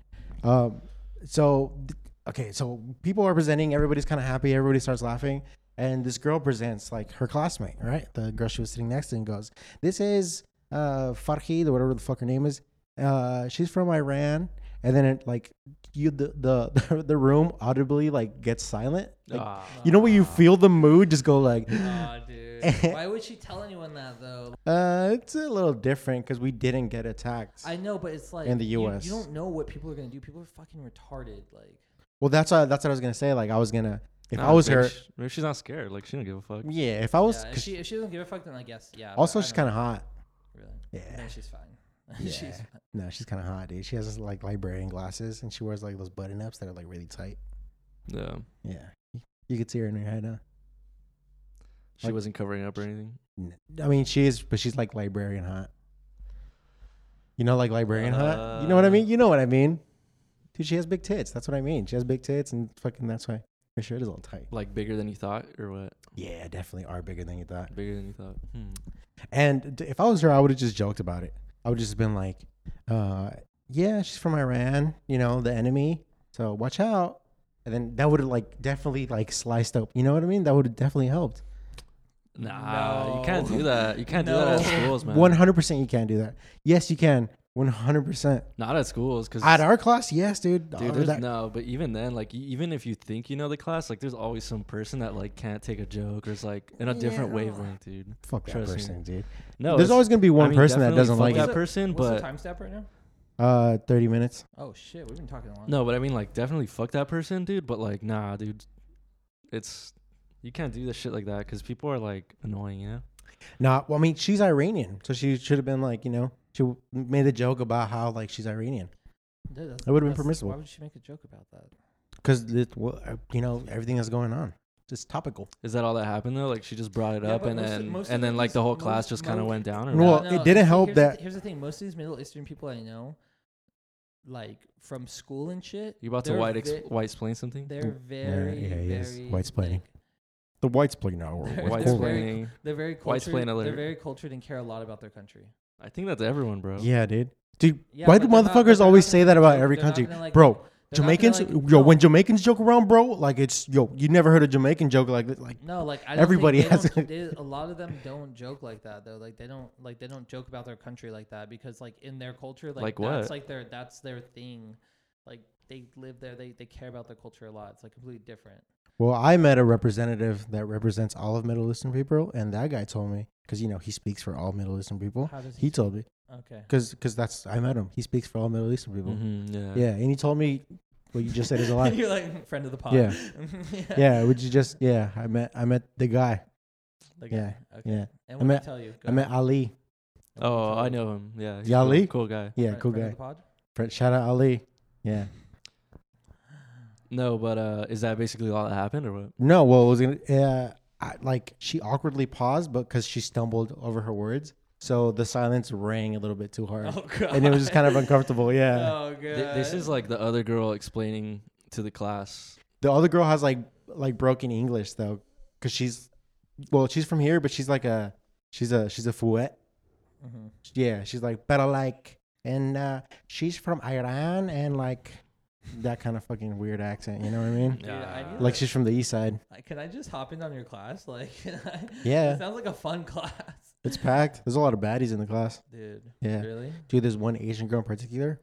um. So th- okay. So people are presenting. Everybody's kind of happy. Everybody starts laughing. And this girl presents like her classmate, right? The girl she was sitting next to, and goes, "This is uh Farhid or whatever the fuck her name is. Uh, she's from Iran." And then it like you the the the room audibly like gets silent. Like, Ah. You know when you feel the mood just go like, Aw, dude. Why would she tell anyone that though? uh, it's a little different because we didn't get attacked. I know, but it's like In the you- US. you, don't know what people are gonna do. People are fucking retarded. Like, well, that's what, that's what I was gonna say. Like I was gonna, if Nah, I was maybe her, sh- maybe she's not scared. Like she don't give a fuck. yeah. If I was, yeah, if 'cause she if she doesn't give a fuck, then I guess yeah. but also I she's don't kind of hot. really. Yeah. No, she's fine. Yeah. she's fine. No, she's kind of hot, dude. She has this, like librarian glasses and she wears like those button ups that are like really tight. Yeah. Yeah, you could see her in her head. Huh? She Like- wasn't covering up or anything. N- I mean, she is, but she's like librarian hot. You know, like librarian hot. You know what I Uh. mean? You know what I mean? Dude, she has big tits. That's what I mean. She has big tits and fucking that's why her shirt is all tight. Like bigger than you thought, or what? Yeah, definitely are bigger than you thought. Bigger than you thought. Hmm. And d- if I was her, I would have just joked about it. I would just been like, uh, yeah, she's from Iran, you know, the enemy. So watch out. And then that would have like definitely like sliced up. You know what I mean? That would have definitely helped. Nah, you can't No. do that. You can't do that No. at schools, man. One hundred percent, you can do that. Yes, you can. One hundred percent. Not at schools, because At our class, yes, dude. Dude, Or there's that- no, but even then, like, e- even if you think you know the class, like, there's always some person that like can't take a joke or is like in a different Yeah. wavelength, dude. fuck that trust me. person, dude. No, there's it's- always gonna be one I mean, person that definitely doesn't fuck like that it. person, What's but the time stamp right now? Uh, thirty minutes. Oh shit, we've been talking a long. no, but I mean, like, definitely fuck that person, dude. But like, nah, dude, it's you can't do this shit like that because people are like annoying, you know. Nah, well, I mean, she's Iranian, so she should have been like, you know, she w- made a joke about how like she's Iranian Dude, that's- That would've been that's- permissible. Why would she make a joke about that? because uh, you know everything that's going on, it's topical. Is that all that happened though? Like, she just brought it Yeah, up but and most of- then most of and the- then like the most- whole class just most- kind of went down. Or Well, what? it didn't see, help here's the that- thi- here's the thing: most of these Middle Eastern people I know, like from school and shit, you about to they're white ex- ve- white Mm. explain something? They're very, yeah, he is. very White splaining. like, The white spleen hour. They're- White they're very- explaining. They're very White cultured. splain They're alert. very cultured and care a lot about their country. I think that's everyone, bro. Yeah, dude. Dude, Yeah, why but do they're not- but motherfuckers they're always not say gonna that about joke- every they're not country, gonna, like- bro? they're not gonna, Jamaicans, like- yo, no, when Jamaicans joke around, bro, like it's yo, you never heard a Jamaican joke like that, like No, like I don't Everybody think they has don't- it. they- a lot of them don't joke like that though. Like they don't like they don't joke about their country like that because like in their culture, like, Like that's what? like their that's their thing. Like they live there, they they care about their culture a lot. It's like completely different. Well, I met a representative that represents all of Middle Eastern people, and that guy told me because you know he speaks for all Middle Eastern people. How does He told me Okay. because that's I met him. He speaks for all Middle Eastern people. Mm-hmm. Mhm, yeah. Yeah, and he told me what you just said is a lie. You're like friend of the pod. Yeah. yeah. yeah, would you just yeah? I met I met the guy. Like, uh, yeah, Okay. yeah. And I what did met- he tell you? Go I met Ali. ahead. And what did he Oh, tell I you? know him. Yeah. he's Yali? Cool, cool guy. Yeah, Friend- cool friend of guy. the pod? Fr- Shout out Ali. Yeah. No, but uh, is that basically all that happened or what? No, well, it was gonna uh, I, like she awkwardly paused, but because she stumbled over her words, so the silence rang a little bit too hard, Oh god. and it was just kind of uncomfortable. Yeah. Oh god. Th- this is like the other girl explaining to the class. The other girl has like like broken English though, because she's well, she's from here, but she's like a she's a she's a fouet. Mhm. Yeah, she's like better like, and uh, she's from Iran and like that kind of fucking weird accent. You know what I mean? Dude, I Nah. knew Like that. she's from the east side. Like, Can I just hop in on your class? Like, Yeah. it sounds like a fun class, It's packed. There's a lot of baddies in the class. dude. Yeah, Really? dude. There's one Asian girl in particular.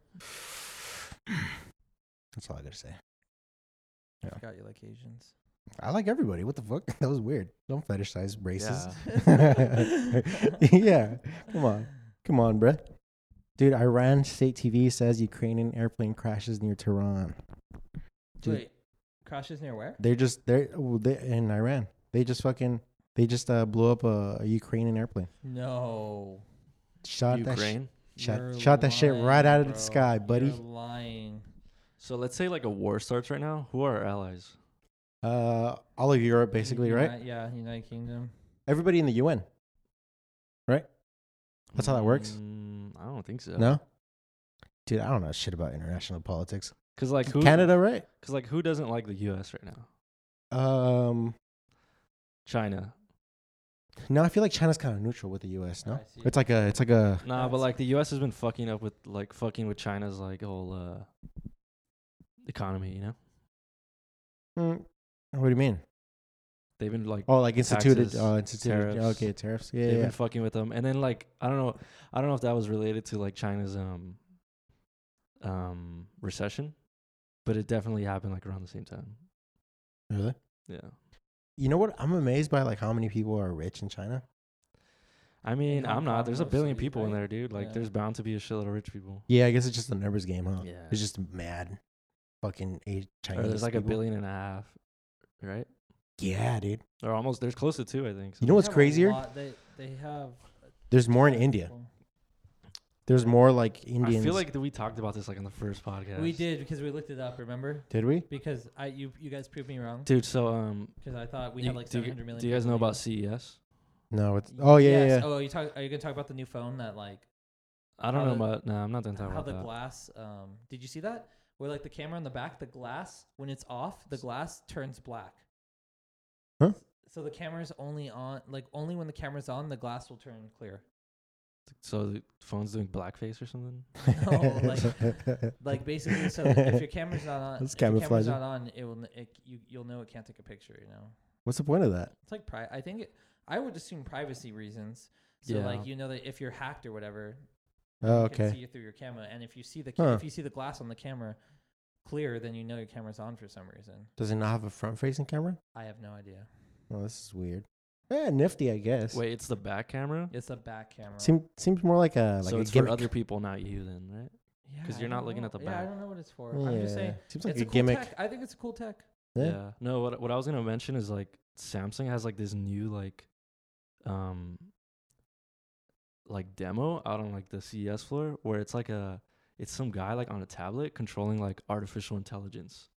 That's all I gotta say. I Yeah. forgot you like Asians. I like everybody. What the fuck? That was weird. Don't fetishize races. Yeah. Uh. yeah. Come on. Come on, bruh. Dude, Iran state TV says Ukrainian airplane crashes near Tehran. Dude. Wait, crashes near where? They're just they're, well, they in Iran. They just fucking they just uh, blew up a, a Ukrainian airplane. No. Shot that Ukraine. sh- shot, You're shot that shit right lying, out of the bro. sky, buddy. You're lying. So let's say like a war starts right now. Who are our allies? Uh, all of Europe basically, right? Uni- yeah, United Kingdom. Everybody in the UN. That's how that works? Mm, I don't think so. No, dude, I don't know shit about international politics. Because like who? Canada, right? Because like who doesn't like the U.S. right now? Um, China. no, I feel like China's kind of neutral with the U.S. No, I see. it's like a it's like a Nah, but That's- like the U.S. has been fucking up with like fucking with China's like whole uh economy. You know, Mm, what do you mean? they've been like Oh, like instituted, Taxes, uh, instituted. tariffs. Okay, tariffs. Yeah, they've yeah. been fucking with them. And then like I don't know, I don't know if that was related to like China's um um recession, but it definitely happened like around the same time. Really? Yeah. You know what? I'm amazed by like how many people are rich in China. I mean, Hong I'm not. Kong There's a billion mostly, people in right? there, dude. Like, Yeah. there's bound to be a shitload of rich people. Yeah, I guess it's just a numbers game, huh? Yeah. It's just mad, fucking a- Chinese. Or there's like people. a billion and a half, right? Yeah, dude. Or almost. There's close to two, I think. You They know what's have a crazier? lot- They, they have. There's more in people. India. There's more like Indians. I feel like that we talked about this like on the first podcast. We did because we looked it up. Remember? Did we? Because I you you guys proved me wrong. dude. So um, Because I thought we you- had like do, seven you, hundred million. do you guys know people about E CES? No. It's, in India. oh yeah, Yes. yeah. Oh, you talk. Are you gonna talk about the new phone that like I don't How know the- about. Nah, I'm not gonna talk how about the that. glass? Um, did you see that? Where like the camera on the back, the glass when it's off, the glass turns black. Huh? So the camera's only on, like only when the camera's on, the glass will turn clear. So the phone's doing blackface or something. Oh, No, like- Like basically, so if your camera's not on, That's if your camera's camouflaging. not on, it will n- it, you you'll know it can't take a picture. You know, what's the point of that? it's like pri- I think it, I would assume privacy reasons. So Yeah. like you know that if you're hacked or whatever, Oh, you can see okay. you through your camera, and if you see the ca- Huh. if you see the glass on the camera clear, then you know your camera's on for some reason. Does it not have a front-facing camera? I have no idea. Oh, this is weird. Yeah, nifty, I guess. Wait, it's the back camera. It's a back camera. Seem, seems more like a like so a it's gimmick. for other people, not you, then, right? Yeah, 'cause I you're not don't looking know. at the Yeah, I back. don't know what it's for. I'm just saying seems like it's a, a cool gimmick. tech. I think it's a cool tech. Yeah. No, what what I was gonna mention is like Samsung has like this new like, um, like demo out on like the CES floor where it's like a it's some guy like on a tablet controlling like artificial intelligence.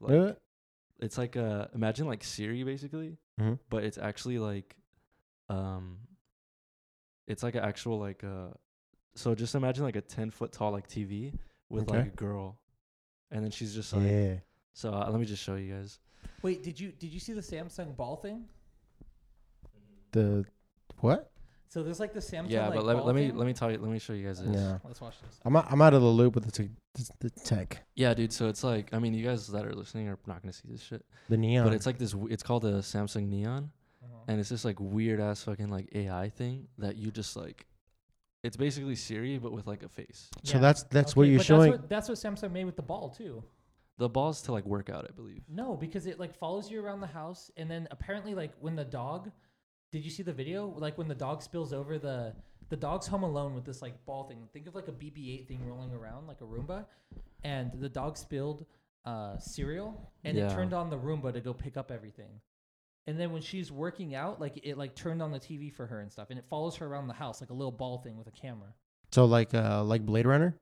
Like Really? it's like a imagine like Siri basically, Mhm. but it's actually like, um, it's like an actual like uh, so just imagine like a ten foot tall like TV with Okay. like a girl, and then she's just like yeah. so uh, let me just show you guys. Wait, did you did you see the Samsung ball thing? The what? So there's like the Samsung. yeah, like, but let, ball let me thing. let me tell you let me show you guys this. No. Let's watch this. I'm out, I'm out of the loop with the, te- the, the tech. Yeah, dude. So it's like I mean, you guys that are listening are not gonna see this shit, The neon. but it's like this. w- It's called a Samsung Neon, Uh-huh. and it's this like weird ass fucking like AI thing that you just like. It's basically Siri, but with like a face. so Yeah. that's that's what Okay, you're but showing. That's what, that's what Samsung made with the ball too. The ball's to like work out, I believe. No, because it like follows you around the house, and then apparently, like when the dog, did you see the video? Like when the dog spills over the the dog's home alone with this like ball thing. Think of like a BB-8 thing rolling around like a Roomba, and the dog spilled uh, cereal, and it Yeah. turned on the Roomba to go pick up everything. And then when she's working out, like it like turned on the TV for her and stuff, and it follows her around the house like a little ball thing with a camera. so like uh like Blade Runner,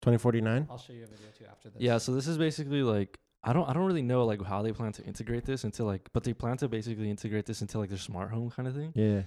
2049. I'll show you a video too after this. Yeah. So this is basically like I don't I don't really know like how they plan to integrate this into like, but they plan to basically integrate this into like their smart home kind of Oh. thing. Yeah.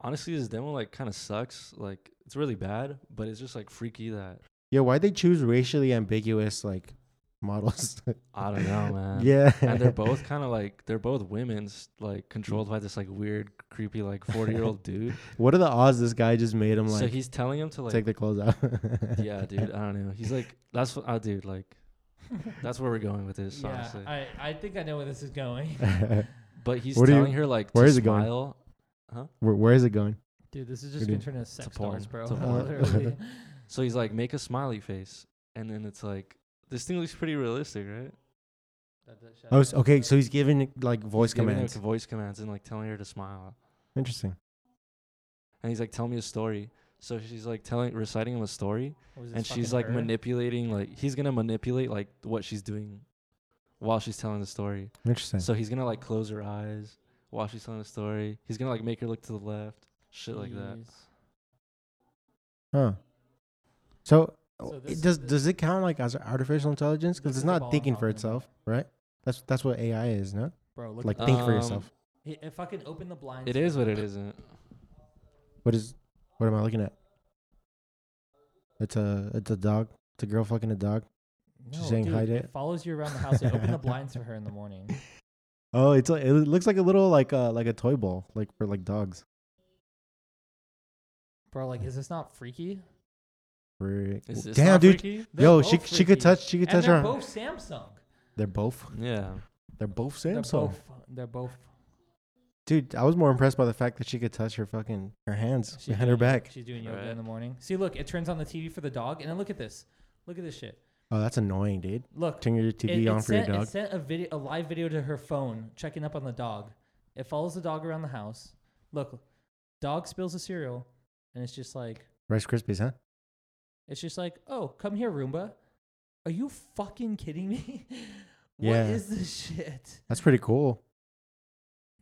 Honestly, this demo like kind of sucks. Like it's really bad, but it's just like freaky that Yeah. Why they choose racially ambiguous like models? I don't know, man. yeah. and they're both kind of like they're both women's like controlled by this like weird creepy like 40 year old dude What are the odds this guy just made him like so he's telling him to like take their clothes out? yeah dude i don't know he's like that's what i dude like that's where we're going with this yeah. honestly I I think I know where this is going. but he's What do you- telling her like where to is it going? smile Where, where is it going? Dude, this is just Dude, gonna turn into sex porn. dolls, bro. It's a porn. Literally. so he's like make a smiley face and then it's like this thing looks pretty realistic right That- that shit Oh, happens. s- okay. So he's giving like voice He's giving her commands. voice commands and like telling her to smile Interesting. and he's like tell me a story so she's like telling reciting him a story Was this and she's fucking like her? manipulating like he's gonna manipulate like what she's doing while she's telling the story Interesting. so he's gonna like close her eyes while she's telling the story he's gonna like make her look to the left shit like that Jeez. Huh. So, So Oh, it this- does this- does it count like as artificial intelligence? This is Because it's the ball not I'm thinking for talking itself, right? That's that's what AI is, no? Bro, look Like like think for Um, yourself. it, it fucking open the blinds. it for is me. what it isn't What is? What am I looking at? It's a it's a dog. It's a girl fucking a dog. No, She's saying dude, hide it. it. follows you around the house. It open the blinds for her in the morning. Oh, it's like, it looks like a little like a like a toy ball, like for like dogs. Bro, like is this not freaky? Freak. Is this Damn, not dude. freaky? They're Yo, she both she could freaky. touch she could And touch they're her. both Samsung. They're both. yeah They're both They're Samsung. both they're both Dude, I was more impressed by the fact that she could touch her fucking her hands she's behind her doing yoga- back. She's doing yoga Right. in the morning. See, look, it turns on the TV for the dog, and then look at this. Look at this shit. Oh, that's annoying, dude. Look, Turn your It- TV it on for sent, your It dog. sent a video, a live video to her phone, checking up on the dog. It follows the dog around the house. Look, dog spills the cereal, and it's just like, Rice Krispies, huh? it's just like, oh, come here, Roomba. Are you fucking kidding me? Yeah. What is this shit? That's pretty cool.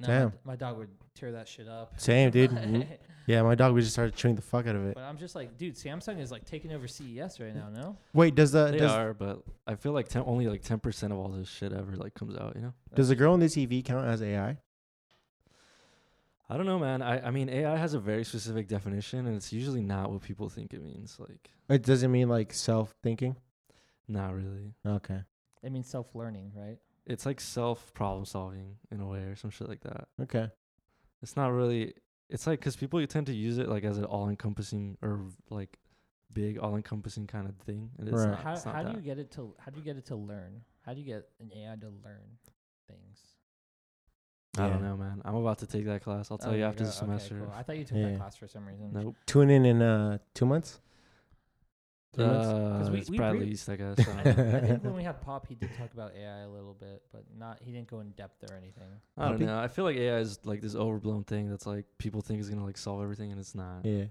No, Damn. My, my dog would tear that shit up. Same, dude. Mm. yeah, my dog we just started chewing the fuck out of it. but I'm just like, dude, Samsung is like taking over CES right now. No, Wait, does the they does, are but i feel like ten, only like 10% of all this shit ever like comes out you know does the girl on the TV count as AI? i don't know man I, I mean ai has a very specific definition and it's usually not what people think it means like It doesn't mean like self thinking. not really Okay, it means self-learning, right? it's like self problem solving in a way or some shit like that okay. it's not really It's like because people tend to use it like as an all-encompassing or like big all-encompassing kind of thing, and it's Right. not. how it's not how that. do you get it to how do you get it to learn? How do you get an AI to learn things? I don't Yeah. know, man. I'm about to take that class. I'll tell Oh, you there after go. the Okay, semester. cool. I thought you took Yeah. that class for some reason. Nope. Tune in in uh, two months. Three months? Uh, we- it's we Bradley brief- East, I guess. I don't know. I think when we had Pop, he did talk about AI a little bit, but not he didn't go in depth or anything. I don't Puppy? know. I feel like AI is like this overblown thing that's like people think is gonna like solve everything, and it's not. Yeah.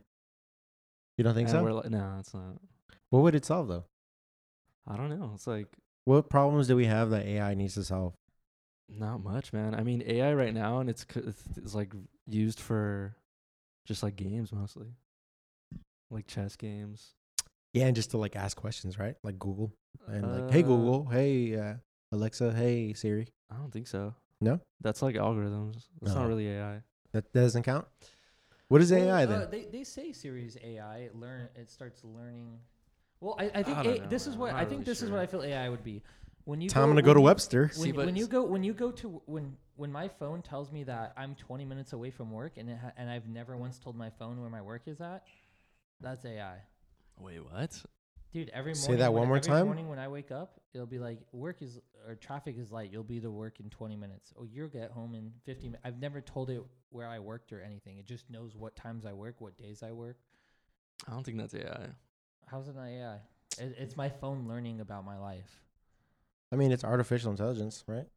You don't think And so? we're like, no, it's not. What would it solve though? I don't know. It's like What problems do we have that AI needs to solve? Not much, man. I mean, AI right now, and it's c- it's, it's like used for just like games mostly, like chess games. Yeah, and just to like ask questions, right? Like Google and like, hey Google, hey uh, Alexa, hey Siri. I don't think so. No? Uh-huh. that's like algorithms. That's No. not really AI. That doesn't count. What is Well, AI uh, then? they they say series AI it learn it starts learning. Well, I, I think I don't A- know, this is man. what I'm I not think really this is what sure. I feel AI would be. When you Time to go to when you- Webster. See, When, but when you s- go when you go to when when my phone tells me that I'm 20 minutes away from work and it ha- and I've never once told my phone where my work is at, that's AI. Wait, what? Dude, every morning. Say that when- one more every time. morning when I wake up, it'll be like work is or traffic is light. You'll be to work in 20 minutes. Or you'll get home in 50 minutes. I've never told it where I worked or anything. It just knows what times I work, what days I work. I don't think that's AI. How's it not AI? It, it's my phone learning about my life. I mean, it's artificial intelligence, right?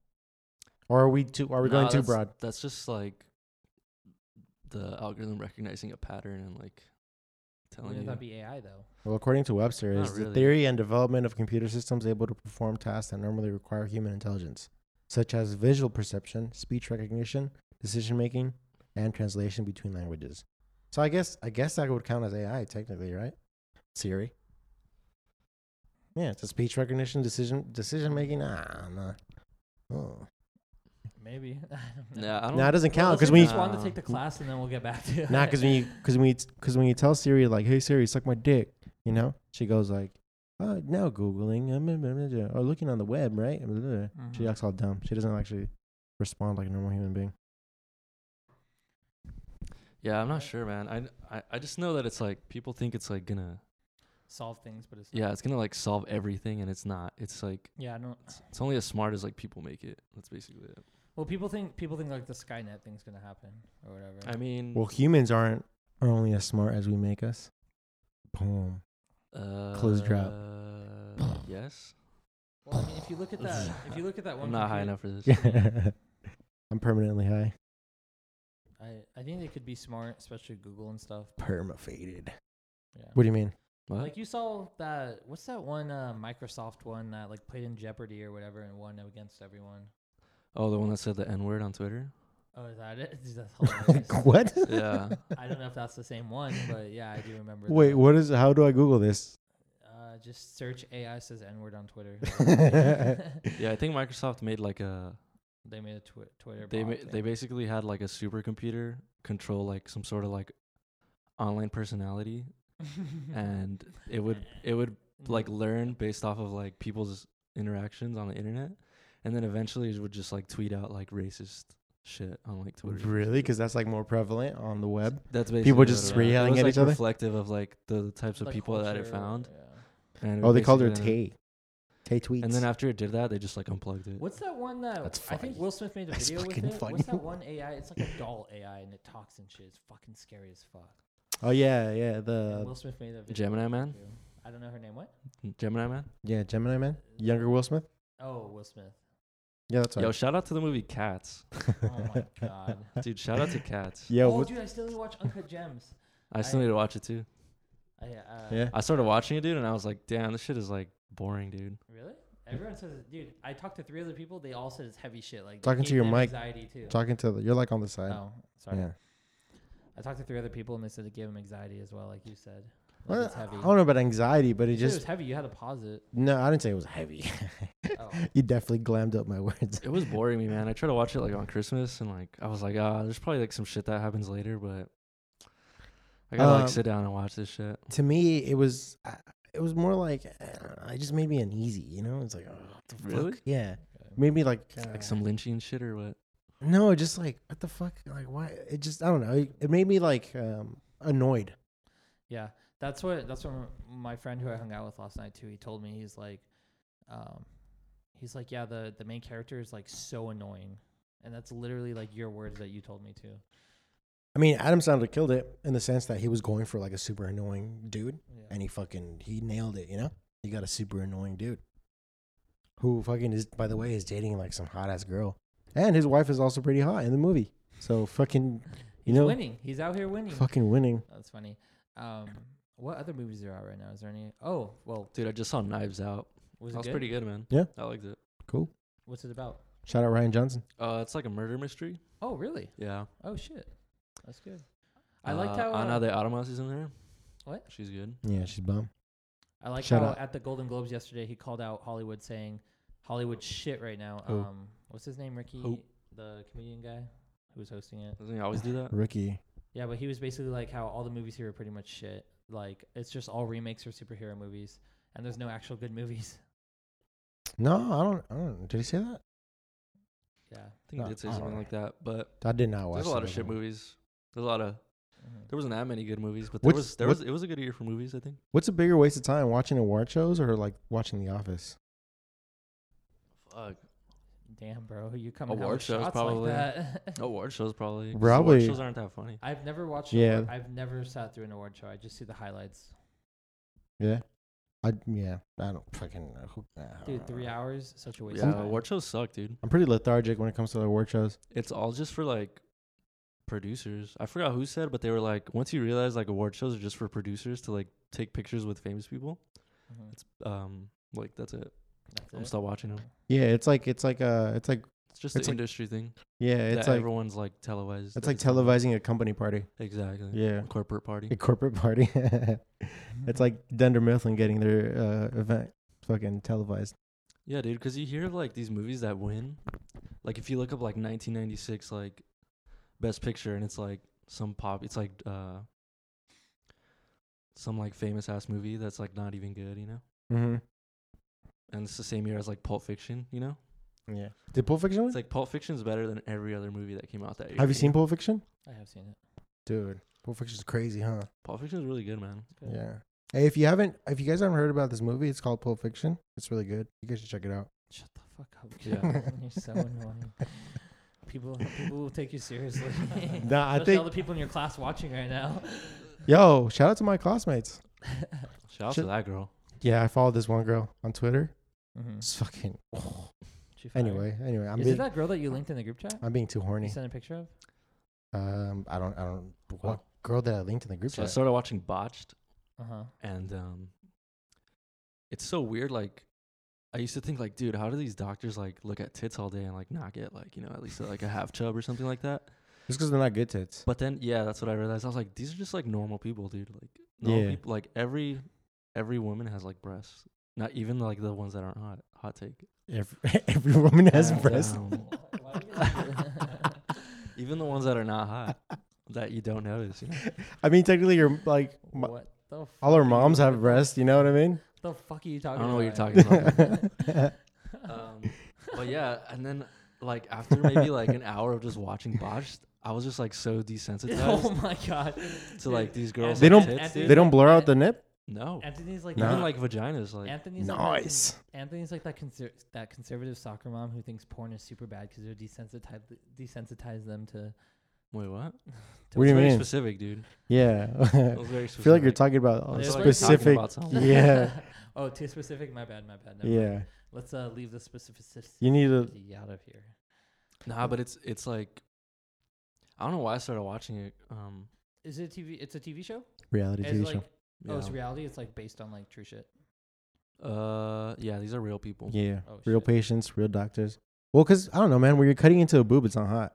Or are we too? Are we No, going too that's- broad? That's just like the algorithm recognizing a pattern and like telling Wouldn't you. that be AI though? Well, according to Webster, Not is the really. theory and development of computer systems able to perform tasks that normally require human intelligence, such as visual perception, speech recognition, decision making, and translation between languages. So I guess I guess that would count as AI technically, right? Siri. Yeah, it's a speech recognition, decision decision making. Ah, no. Oh. Maybe. I don't know. Nah, I don't. Nah, it doesn't count Let's because take when you this one to Nah. take the class and then we'll get back to it. Not because when you because when you because when you tell Siri like, "Hey Siri, suck my dick," you know, she goes like, "Oh, now googling, uh, blah, blah, blah, blah, or looking on the web, right?" Blah, blah, blah." She Mm-hmm. Mhm. acts all dumb. She doesn't actually respond like a normal human being. Yeah, I'm not sure, man. I, I I just know that it's like people think it's like gonna solve things, but it's not. yeah, it's gonna like solve everything, and it's not. It's like Yeah, I don't. It's only as smart as like people make it. That's basically it. Well, people think people think like the Skynet thing's gonna happen or whatever. I mean, Well, humans aren't are only as smart as we make us. Boom. uh, clues drop. Yes, Well, I mean, if you look at that, if you look at that one, I'm not high computer- enough for this. I'm permanently high. I, I think they could be smart, especially Google and stuff. Permafaded. Yeah. What do you mean? What? Like you saw that what's that one uh, Microsoft one that like played in Jeopardy or whatever and won against everyone. oh, the one that said the N word on Twitter. Oh, is that it? That's hilarious. what? Yeah, I don't know if that's the same one, but yeah, I do remember. Wait, that. what is? How do I Google this? Uh, just search AI says N word on Twitter. yeah. I think Microsoft made like a they made a twi- Twitter. they bot ma- thing. they basically had like a supercomputer control like some sort of like online personality, Hmm. and it would it would Mm. Mm-hmm. like learn based off of like people's interactions on the internet, and then eventually it would just like tweet out like racist shit on like Twitter. Really? Because that's like more prevalent on the web. That's basically People what just it was. yelling It was, at like, each other? Reflective of like the types of Like people that it culture, found. yeah. And it Oh, they called her basically- Tay. Tay tweets. And then after it did that, they just like unplugged it. What's that one that That's I think funny. Will Smith made a That's video with fucking it? funny. What's that one AI? It's like a doll AI and it talks and shit. It's fucking scary as fuck. oh yeah, yeah. And The Will Smith made a video. Gemini Man? too. I don't know her name. What? Mm, Gemini Man? yeah Gemini Man, younger Will Smith. Oh, Will Smith. Yeah, that's Yo, right. shout out to the movie Cats. Oh my god. Dude, shout out to Cats. Yo, oh, what- dude, I still need to watch Uncut Gems. I still I- need to watch it too. I, uh, yeah. I started watching it, dude, and I was like, damn, this shit is like boring, dude. Really? Everyone says, it- dude. I talked to three other people. They all said it's heavy shit. Like they Talking to gave your them mic. Anxiety too. Talking to the, you're like on the side. oh, sorry. Yeah. I talked to three other people and they said it gave them anxiety as well, like you said. Like Well, it's I heavy. don't know about anxiety, but it You said it was just heavy. You had to pause it. no. I didn't say it was heavy. Oh. you definitely glammed up my words. It was boring me, man. I tried to watch it like on Christmas, and like I was like, ah, there's probably like some shit that happens later, but I gotta Um, like sit down and watch this shit. to me, it was I- it was more like I don't know, it just made me uneasy. You know, it's like oh, what the Really? fuck? yeah, Okay. made me like uh, Like some lynching shit or what? No, just like what the fuck? Like why? It just I don't know. It, it made me like um annoyed. Yeah, that's what that's what my friend who I hung out with last night too. He told me he's like, um, he's like, yeah, the the main character is like so annoying, and that's literally like your words that you told me too. I mean, Adam Sandler killed it in the sense that he was going for like a super annoying dude, Yeah. and he fucking he nailed it. You know, he got a super annoying dude who fucking is by the way is dating like some hot ass girl, and his wife is also pretty hot in the movie. So fucking, you He's know, winning. He's out here winning. fucking winning. That's funny. Um, what other movies are out right now? Is there any? Oh, well, Dude, I just saw Knives Out. was it that was good? pretty good, man. Yeah? I liked it. Cool. What's it about? Shout out Ryan Johnson. Uh, it's like a murder mystery. Oh, really? Yeah. Oh shit, that's good. I liked Uh, how uh, Ana de Armas is in there. What? She's good. Yeah, she's bomb. I like Shut how up. at the Golden Globes yesterday he called out Hollywood saying Hollywood shit right now. Who? Um what's his name? Ricky Who? the comedian guy who was hosting it. Doesn't he always do that? Ricky. Yeah, but he was basically like how all the movies here are pretty much shit. Like it's just all remakes or superhero movies and there's no actual good movies. No, I don't. I don't. Did he say that? Yeah. I think No, he did say I something don't like that. But Oh, I did not watch. there's a lot that of shit other one. movies. There's a lot of. Mhm. There wasn't that many good movies, but there What's- was. There what- was. It was a good year for movies, I think. What's a bigger waste of time, watching award shows or like watching The Office? Fuck. Damn, bro. You coming out Award with shows, shots probably. like that. Award shows probably. 'cause Award Probably. shows aren't that funny. I've never watched Yeah. yeah. I've never sat through an award show. I just see the highlights. Yeah, I yeah. I don't fucking. Who, I don't Dude, three know. hours, such a waste Uh, Yeah, of time. award Uh, shows suck, dude. I'm pretty lethargic when it comes to the award shows. It's all just for like producers. I forgot who said, but they were like, once you realize like award shows are just for producers to like take pictures with famous people. Mhm. It's um like that's it. That's I'm it. still watching them. Yeah, it's like it's like uh it's like It's just It's an like- industry thing. yeah, It's it's that like everyone's like televised. it's at like the same- televising a company party. Exactly. Yeah, Corporate party. a corporate party. it's like Dunder Mifflin getting their uh event fucking televised. Yeah, dude. Because you hear of like these movies that win. Like if you look up like 1996 like best picture and it's like some pop. It's like uh some like famous ass movie that's like not even good. You know. Mm-hmm. and it's the same year as like Pulp Fiction, you know? Yeah. Did Pulp Fiction? Win? It's like Pulp Fiction's better than every other movie that came out that year. Have you seen know? Pulp Fiction? I have seen it. Dude, Pulp Fiction's crazy, huh? Pulp Fiction's really good, man. It's good. Yeah. Hey, if you haven't, if you guys haven't heard about this movie, it's called Pulp Fiction. It's really good. You guys should check it out. Shut the fuck up, kid. Yeah. You're so annoying. People, people will take you seriously. Nah, I Especially all think. the people in your class watching right now. Yo, shout out to my classmates. Mm-hmm. Shout out Should- to that girl. Yeah, I followed this one girl on Twitter. Mhm. It's fucking. She fired. Anyway, anyway, I'm is being, it that girl that you linked in the group chat? I'm being too You horny. sent a picture of? Um, I don't, I don't. What Wow. girl did I link to the group So I chat? started watching Botched Uh huh. and um it's so weird, like I used to think like, dude, how do these doctors like look at tits all day and like not get like, you know, at least like a half chub or something like that? Just because they're not good tits. But then yeah, that's what I realized. I was like, these are just like normal people, dude. Like normal Yeah. people like every every woman has like breasts. Not even like the ones that aren't hot. Hot take. Every, every woman has And, breasts. um, Even the ones that are not hot that you don't notice. You know? I mean, technically, you're like m- what the fuck? all are our you moms have talking- breasts. You know what I mean? The fuck are you I talking don't know what you're about? talking about. um, but yeah, and then like after maybe like an hour of just watching Bosch, I was just like so desensitized oh my god. to like these girls. They with don't- tits, Anthony- They dude. don't blur out the nip. No. Anthony's like Nah. that- Even like vaginas. Like Anthony's like that con- Nice. Anthony's like that conser- that conservative soccer mom who thinks porn is super bad because it'll desensitize desensitize them to. wait, What what? do you It's very mean? specific, dude. Yeah. It I was very specific. feel like you're talking about Oh, a it's It's like like talking specific. about something. Yeah. oh, too specific. My bad. My bad. Never mind. Yeah. Let's uh, leave the specificity You need to. out of here. Nah, but it's it's like I don't know why I started watching it. Um, Is it a TV? It's a TV show. Reality It's TV like show. oh, it's yeah. reality. It's like based on like true shit. Uh, yeah, these are real people. Yeah. Oh, real shit. patients, real doctors. Well, because I don't know, man. When you're cutting into a boob, it's not hot.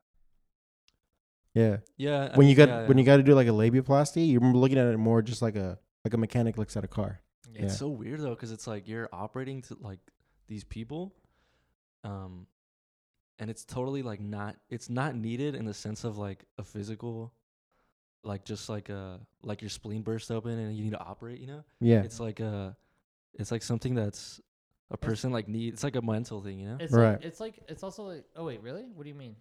Yeah. Yeah, I when you mean, got yeah, when yeah. you got to do like a labiaplasty, you're looking at it more just like a like a mechanic looks at a car. Yeah. It's Yeah. so weird though, because it's like you're operating to like these people, um, and it's totally like not it's not needed in the sense of like a physical, like just like a like your spleen burst open and you need to operate. You know, Yeah. it's like a, it's like something that's a person like need. It's like a mental thing. You know, It's Right. Like, it's like it's also like. Oh wait, really? What do you mean?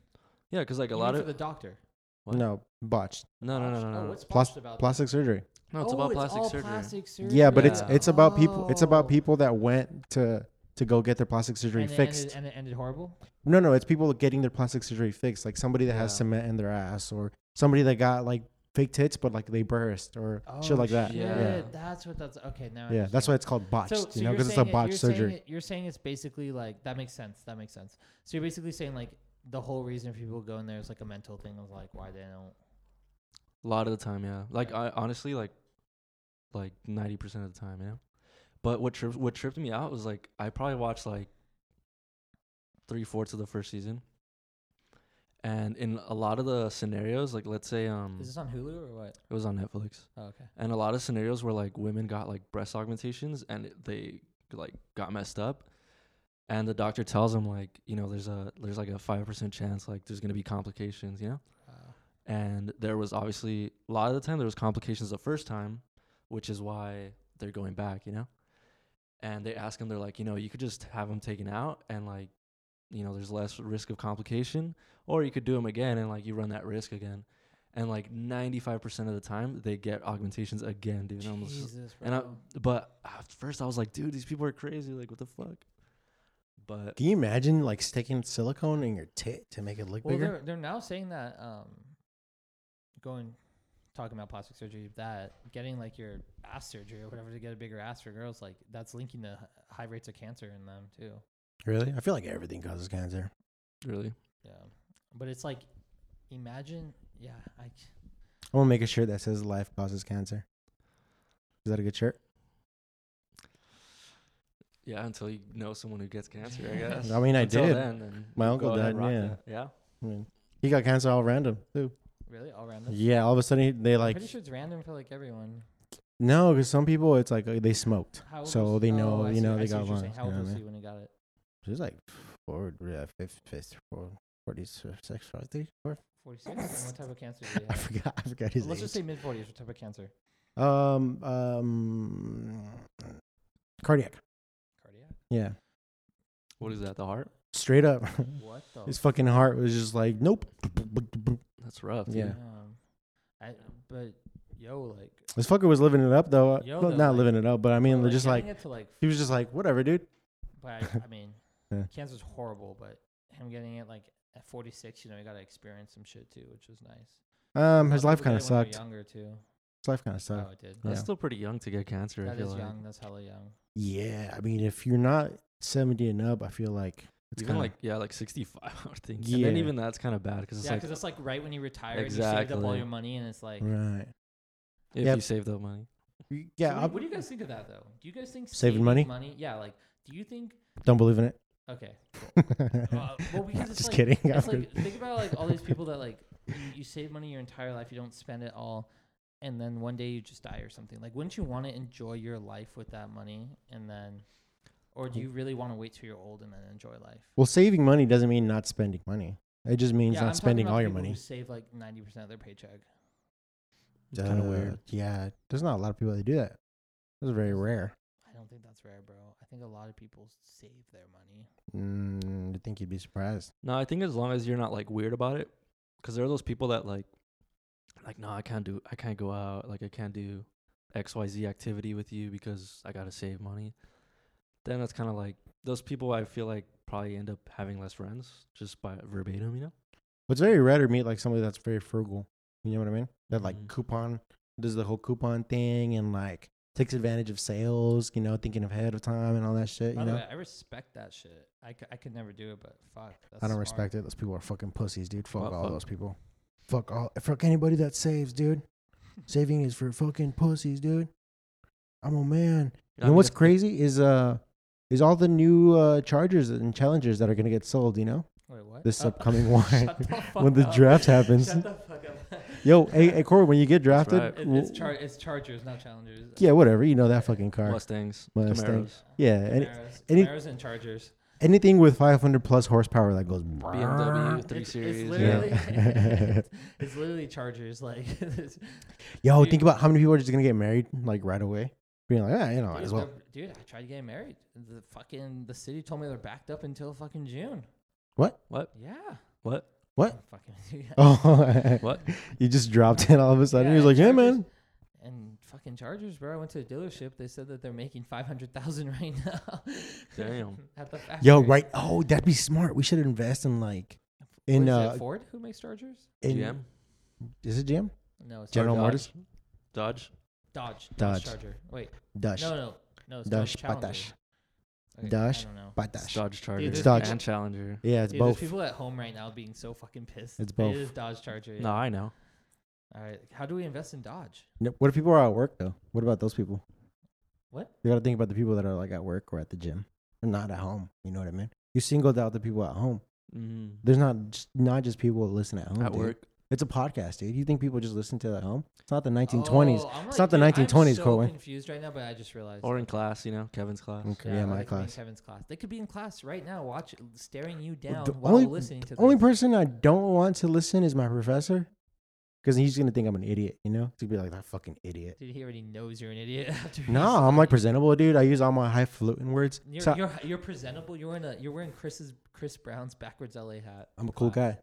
Yeah, because like a You lot mean of for the doctor. What? No, botched. no, no, no, Botched. no, no, Oh, no. what's Plas- botched about? that? Plastic surgery. No, it's Oh, about plastic all surgery. plastic surgery. Yeah, but it's Yeah. it's about people. It's about Oh. people that went to to go get their plastic surgery And it fixed. ended, and it ended horrible. No, no, it's people getting their plastic surgery fixed, like somebody that has Yeah. cement in their ass, or somebody that got like fake tits, but like they burst or shit like that. Oh, shit, Yeah, Yeah. that's what that's okay. Now I yeah, that's why understand. it's called botched, So, so you know, you're because it's a saying it- botched you're saying surgery. it- you're saying it's basically like that makes sense. That makes sense. So you're basically saying like the whole reason people go in there is like a mental thing of like why they don't. A lot of the time, yeah. Like I honestly like like ninety percent of the time, you know. But what tripped what tripped me out was like I probably watched like three fourths of the first season. And in a lot of the scenarios, like let's say um Is this on Hulu or what? it was on Netflix. Oh, okay. And a lot of scenarios where like women got like breast augmentations and it- they like got messed up. And the doctor tells them like, you know, there's a there's like a five percent chance like there's gonna be complications, you know? Uh, and there was obviously a lot of the time there was complications the first time which is why they're going back you know and they ask him they're like you know you could just have them taken out and like you know there's less risk of complication or you could do them again and like you run that risk again and like 95% of the time they get augmentations again dude And I'm just- Jesus, and i bro. but at first i was like dude these people are crazy like what the fuck but Can you imagine like sticking silicone in your tit to make it look Well, bigger? they're they're now saying that um, going talking about plastic surgery, that getting like your ass surgery or whatever to get a bigger ass for girls, like that's linking to h- high rates of cancer in them too. Really? I feel like everything causes cancer. really Yeah, but it's like imagine, yeah, I c- I'm gonna make a shirt that says "Life causes cancer." Is that a good shirt? yeah until you know someone who gets cancer i guess I mean, I Until did. then, then My go uncle died, ahead, rock yeah. that. yeah I mean, he got cancer all random too. really all random. Yeah, all of a sudden they I'm like pretty sure it's random for like everyone. no, because some people it's like uh, they smoked, How old so was- they oh, know I you see- know I they see what got you're lungs. saying. How you old know what I was mean? he when he got it? She was like four, yeah, fifth, fifth, four, forty, six, I think. Four. Forty six. what type of cancer did he I have? forgot. I forgot his Let's just age. say mid forties. What type of cancer? um, um, cardiac. Cardiac. Yeah, What is that? The heart? straight up. What the? his fucking heart was just like, nope. That's rough. Yeah. dude. Um, I but yo like This fucker was living it up though. Uh, Yo, Well, though, not like- living it up, but I mean, Well, they're just like getting it to like he was just like, whatever, dude. but I, I mean Yeah. cancer's horrible but him getting it like at 46 you know you got to experience some shit too which was nice Um, A lot his life people kind get of it when uh, they're sucked. younger too His life kind of oh sucked. it did That's Yeah. still pretty young to get cancer. I that feel is like. young that's hella young Yeah, I mean, if you're not seventy and up, I feel like it's even kind of like yeah, like sixty-five. I would think. And then Yeah. even that's kind of bad because it's yeah like because it's like right when you retire and you saved up all Exactly. your money and it's like right. if Yeah. you save that money. You- So Yeah, what, I do- what do you guys think of that though do you guys think Saving money? money yeah like do you think don't believe in it. okay Nah, Uh, well, because it's just like, kidding. I'm It's like good. think about like all these people that like you, you save money your entire life, you don't spend it all, and then one day you just die or something. Like, wouldn't you want to enjoy your life with that money, and then, or do you really want to wait till you're old and then enjoy life? Well, saving money doesn't mean not spending money. It just means Yeah, I'm not talking spending about all the your people money. Who save like ninety percent of their paycheck. Kind of weird. Uh, Yeah, there's not a lot of people that do that. That's very rare. I don't think that's rare, bro. I think a lot of people save their money. Mm, I think you'd be surprised. No, I think as long as you're not like weird about it, because there are those people that like, like no, I can't do, I can't go out, like I can't do X Y Z activity with you because I gotta save money. Then that's kind of like those people. I feel like probably end up having less friends just by verbatim, you know. What's very rare to meet like somebody that's very frugal. You know what I mean? That Mm-hmm. like Mhm. coupon does the whole coupon thing and like takes advantage of sales. You know, thinking ahead of time and all that shit. By You the know, way, I respect that shit. I, c- I could never do it, but fuck. That's I don't respect it. Those people are fucking pussies, dude. Fuck Well, all fuck. those people. Fuck all. Fuck anybody that saves, dude. Saving is for fucking pussies, dude. I'm a man. You I know mean, what's if- if- crazy is uh is all the new uh Chargers and Challengers that are gonna get sold. You know Wait, what? this Uh, upcoming one shut the when the fuck up. draft happens. Shut the fuck up. Yo, hey, hey Corey, when you get That's drafted, right. It, w- it's, char- it's Chargers, not Challengers. yeah, whatever. You know that fucking car. Mustangs, Mustangs. Camaros, Yeah, any, Camaros, any- Camaros and Chargers. anything with 500 plus horsepower that goes. BMW three It's, series. it's yeah. literally, Yeah. it's literally Chargers. Like, it's- Yo, Dude. think about how many people are just gonna get married like right away, being like, ah, you know, might dude, as well. they're- dude, I tried getting married. The fucking the city told me they're backed up until fucking June. What? What? Yeah. What? I What? don't fucking do that. Oh, What? You just dropped in all of a sudden. Yeah, he was like, and "Yeah, Chargers- man." And fucking Chargers, bro. I went to a dealership. They said that they're making five hundred thousand right now. Damn. At the Yo, factory. right? Oh, that'd be smart. We should invest in like What in, is it, uh, Ford who makes Chargers? in, GM, Is it GM? No, it's General Dodge. Motors? Dodge. Dodge. Dodge. Dodge. Charger. Wait. Dash, No, no, no. It's dash, Dodge Challenger. patash, Okay, Dash, I don't know. patash. Dodge Charger. there's- Dodge. And Challenger. Yeah, it's Dude, both. There's people at home right now being so fucking pissed. It's both. It is Dodge Charger. yeah. No, I know. All right. How do we invest in Dodge? No, what if people are at work though? What about those people? What? You gotta think about the people that are like at work or at the gym. They're not at home. You know what I mean? You singled out the people at home. Mm. There's not just, not just people that listen at home. At Oh, dude. work. It's a podcast, dude. You think people just listen to it at home? It's not the 1920s. Oh, I'm It's like, not the dude, 1920s, I'm so Colin. confused right now, but I just realized. Or in okay. class, you know, Kevin's class. Okay, yeah, or my they could be in class. Kevin's class. They could be in class right now, watch staring you Well, down the while only- listening to. Only this. person I don't want to listen is my professor, because he's gonna think I'm an idiot. You know, to be like that fucking idiot. Dude, he already knows you're an idiot. After you No, said I'm that. like presentable, dude. I use all my highfalutin words. You're, So- you're you're presentable. You're in a you're wearing Chris's Chris Brown's backwards LA hat. I'm a cool Class. guy.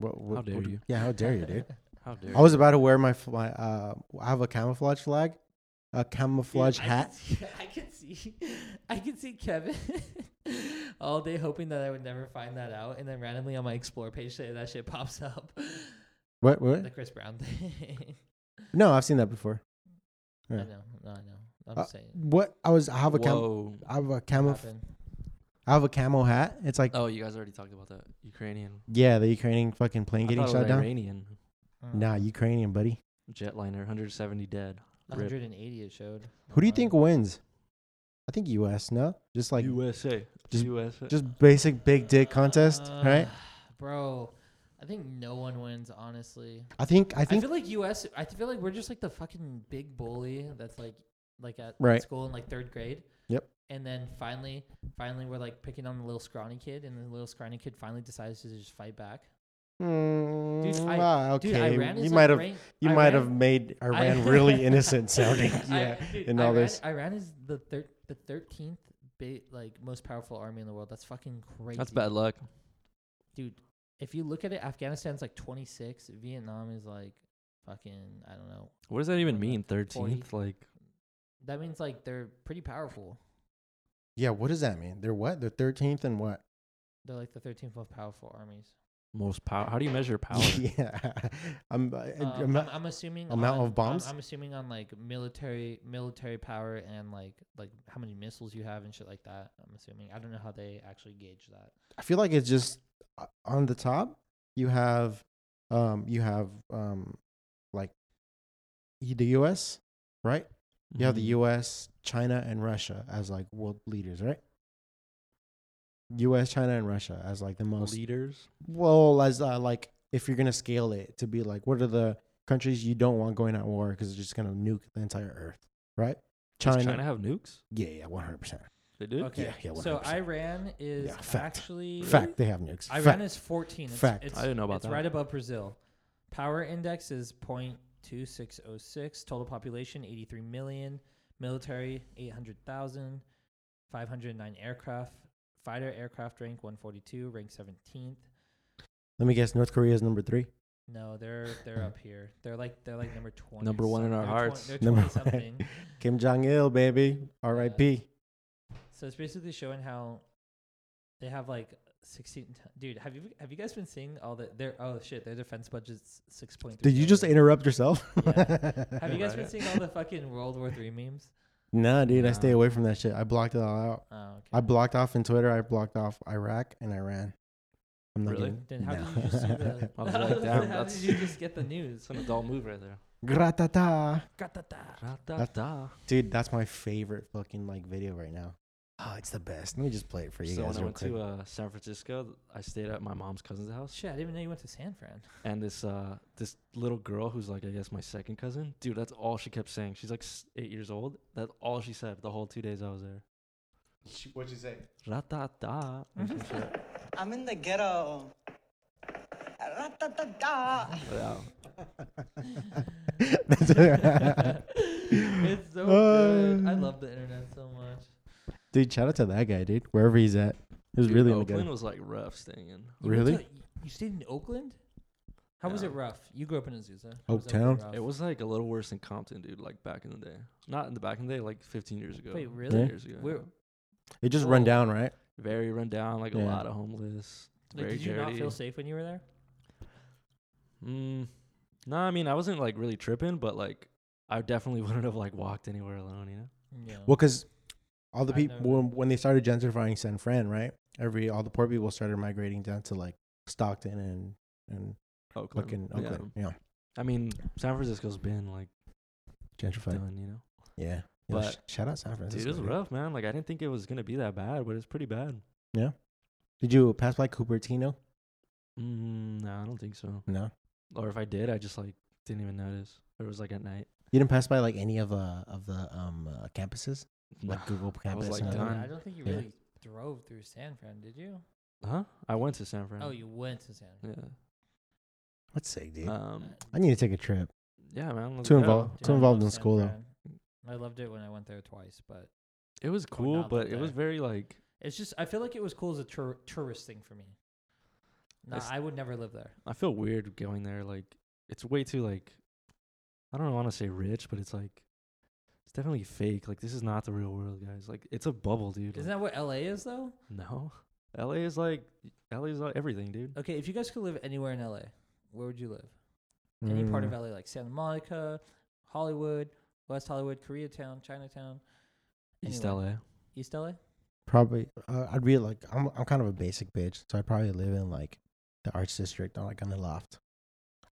What, what, How dare what- you. Yeah, how dare you, dude? How dare I was about to wear my f- my. Uh, I have a camouflage flag, a Dude, camouflage I could hat. see- I could see, I could see Kevin all day hoping that I would never find that out, and then randomly on my explore page today that shit pops up, What? What? the Chris Brown thing. No, I've seen that before. I Yeah. know, no, I know. I'm Uh, saying. What? I was. I have a cam. Whoa. I have a it camo. happened. I have a camo hat. It's like Oh, you guys already talked about that Ukrainian. yeah, the Ukrainian fucking plane I getting thought it shot was down. Iranian Mm. Nah, Ukrainian buddy. jetliner, 170 dead. Rip. 180 it showed. Who do you online. think wins? I think U.S. No, just like USA, just- USA. just basic big dick contest, Uh, right? Bro, I think no one wins, honestly. I think I I, think feel like US. I feel like we're just like the fucking big bully that's like, like at Right. school in like third grade. Yep. And then finally, finally, we're like picking on the little scrawny kid, and the little scrawny kid finally decides to just fight back. Mm, I- ah, okay, Dude, Iran is you like might have rank- you might have Iran- made Iran Iran- really innocent sounding. I- yeah, dude, in all Iran, this. Iran is the thir- the thirteenth big like most powerful army in the world. That's fucking crazy. That's bad luck. dude. If you look at it, Afghanistan's like twenty six. Vietnam is like fucking I don't know. What does that even Or mean? like 40. 13th? Like, That means like they're pretty powerful. Yeah, what does that mean? They're what? They're thirteenth and what? They're like the thirteenth most powerful armies. most power. How do you measure power? yeah, I'm. uh, Um, I'm, I'm, not- I'm assuming amount on- of bombs? I'm, I'm assuming on like military military power and like like how many missiles you have and shit like that. I'm assuming. I don't know how they actually gauge that. I feel like it's just uh, on the top. You have, um, you have um, like y- the U.S. right? You have the Mhm. U.S., China, and Russia as like world leaders, right? U.S., China, and Russia as like Mm-hmm. the most leaders. well as uh, like if you're gonna scale it to be like what are the countries you don't want going at war because it's just gonna nuke the entire earth, right? China. China, Does China have nukes? yeah, yeah, one hundred percent. They do. Okay. Yeah, yeah, so 100%. Iran is Yeah, fact. actually Fact, they have nukes. Iran Fact. is 14. It's, Fact. It's, I didn't know about it's that. right above Brazil. Power index is 0.2606. Total population 83 million. Military 800,000. 509 aircraft. Fighter aircraft rank 142, rank 17th. Let me guess, North Korea is number three. No, they're they're up here. They're like they're like number 20. Number one in our something. hearts. They're, Number 20, they're 20 something. Kim Jong Il, baby, R.I.P. So it's basically showing how they have like 16 t- dude, have you have you guys been seeing all the their oh shit, their defense budget's 6.3. Did you just billion. interrupt yourself? Have you guys Right. been seeing all the fucking World War 3 memes? nah, dude, I stay Nah. away from that shit. I blocked it all out. Oh, okay. I blocked off in Twitter. I blocked off Iraq and Iran. I'm not Really? gonna- then how no. did you just see the I was like, How damn, that's- did you just get the news? It's an adult move right there. Gratata. Gratata. Ra-da-da. Dude, that's my favorite fucking like video right now. Oh, it's the best. Let me just play it for you So guys when I real went quick. to uh, San Francisco, th- I stayed at my mom's cousin's house, Shit, I didn't even know you went to San Fran. and this uh, this little girl who's like, I guess my second cousin, dude. That's all she kept saying. She's like s- eight years old. That's all she said the whole two days I was there. What'd you say? Ra-da-da. or some shit. I'm in the ghetto. Ra-ta-ta-ta. Wow. it's so good. I Uh. love the internet so much. Dude, shout out to that guy, dude. Wherever he's at, it was really in the Oakland gutter. was like rough staying in. You went Really? to- You stayed in Oakland? How was Yeah. it rough? You grew up in Azusa. How was Oakland Oaktown? rough? It was like a little worse than Compton, dude. Like back in the day, not in the back in the day, like 15 years ago. Wait, 10 really? Yeah. Years ago. Where- It just run Whoa. down, right? Very run down, like Yeah. a lot of homeless. Like, very did you not dirty. feel safe when you were there? Mm, no, I mean I wasn't like really tripping, but like I definitely wouldn't have like walked anywhere alone, you know. No. Well, because all the I people never- when, when they started gentrifying San Fran, right? Every all the poor people started migrating down to like Stockton and and Oakland. fucking Yeah. Oakland. Yeah, I mean, San Francisco's been like gentrified. done, you know. Yeah, Yo, But- sh- shout out San Francisco. Dude, it was rough, man. Like I didn't think it was gonna be that bad, but it's pretty bad. Did you pass by Cupertino? Mm, no, I don't think so. No, Or if I did, I just like didn't even notice. Or it was like at night. you didn't pass by like any of the of the um uh, campuses, No. like Google I campus. was, and like, I all that? mean, I done. don't think you Yeah. really drove through San Fran, did you? Huh? I went to San Fran. Oh, you went to San Fran. yeah. What's sick, dude? Um. I need to take a trip. Yeah, man. let's Too go. involved. Dude, Too I involved love in San school though. Fran. I loved it when I went there twice, but It was Going cool, out but there. it was very like it's just I feel like it was cool as a tour- tourist thing for me. Nah, s- I would never live there. I feel weird going there. Like it's way too like I don't want to say rich, but it's like it's definitely fake. Like this is not the real world, guys. Like it's a bubble, dude. Isn't Like, that what LA is though? no, LA is like LA is like everything, dude. Okay, if you guys could live anywhere in LA, where would you live? Any part of Mm. LA, like Santa Monica, Hollywood, West Hollywood, Koreatown, Chinatown, East anywhere. LA. East LA. Probably, uh, I'd be like, I'm I'm kind of a basic bitch, so I would probably live in like the arts district, or like on the loft.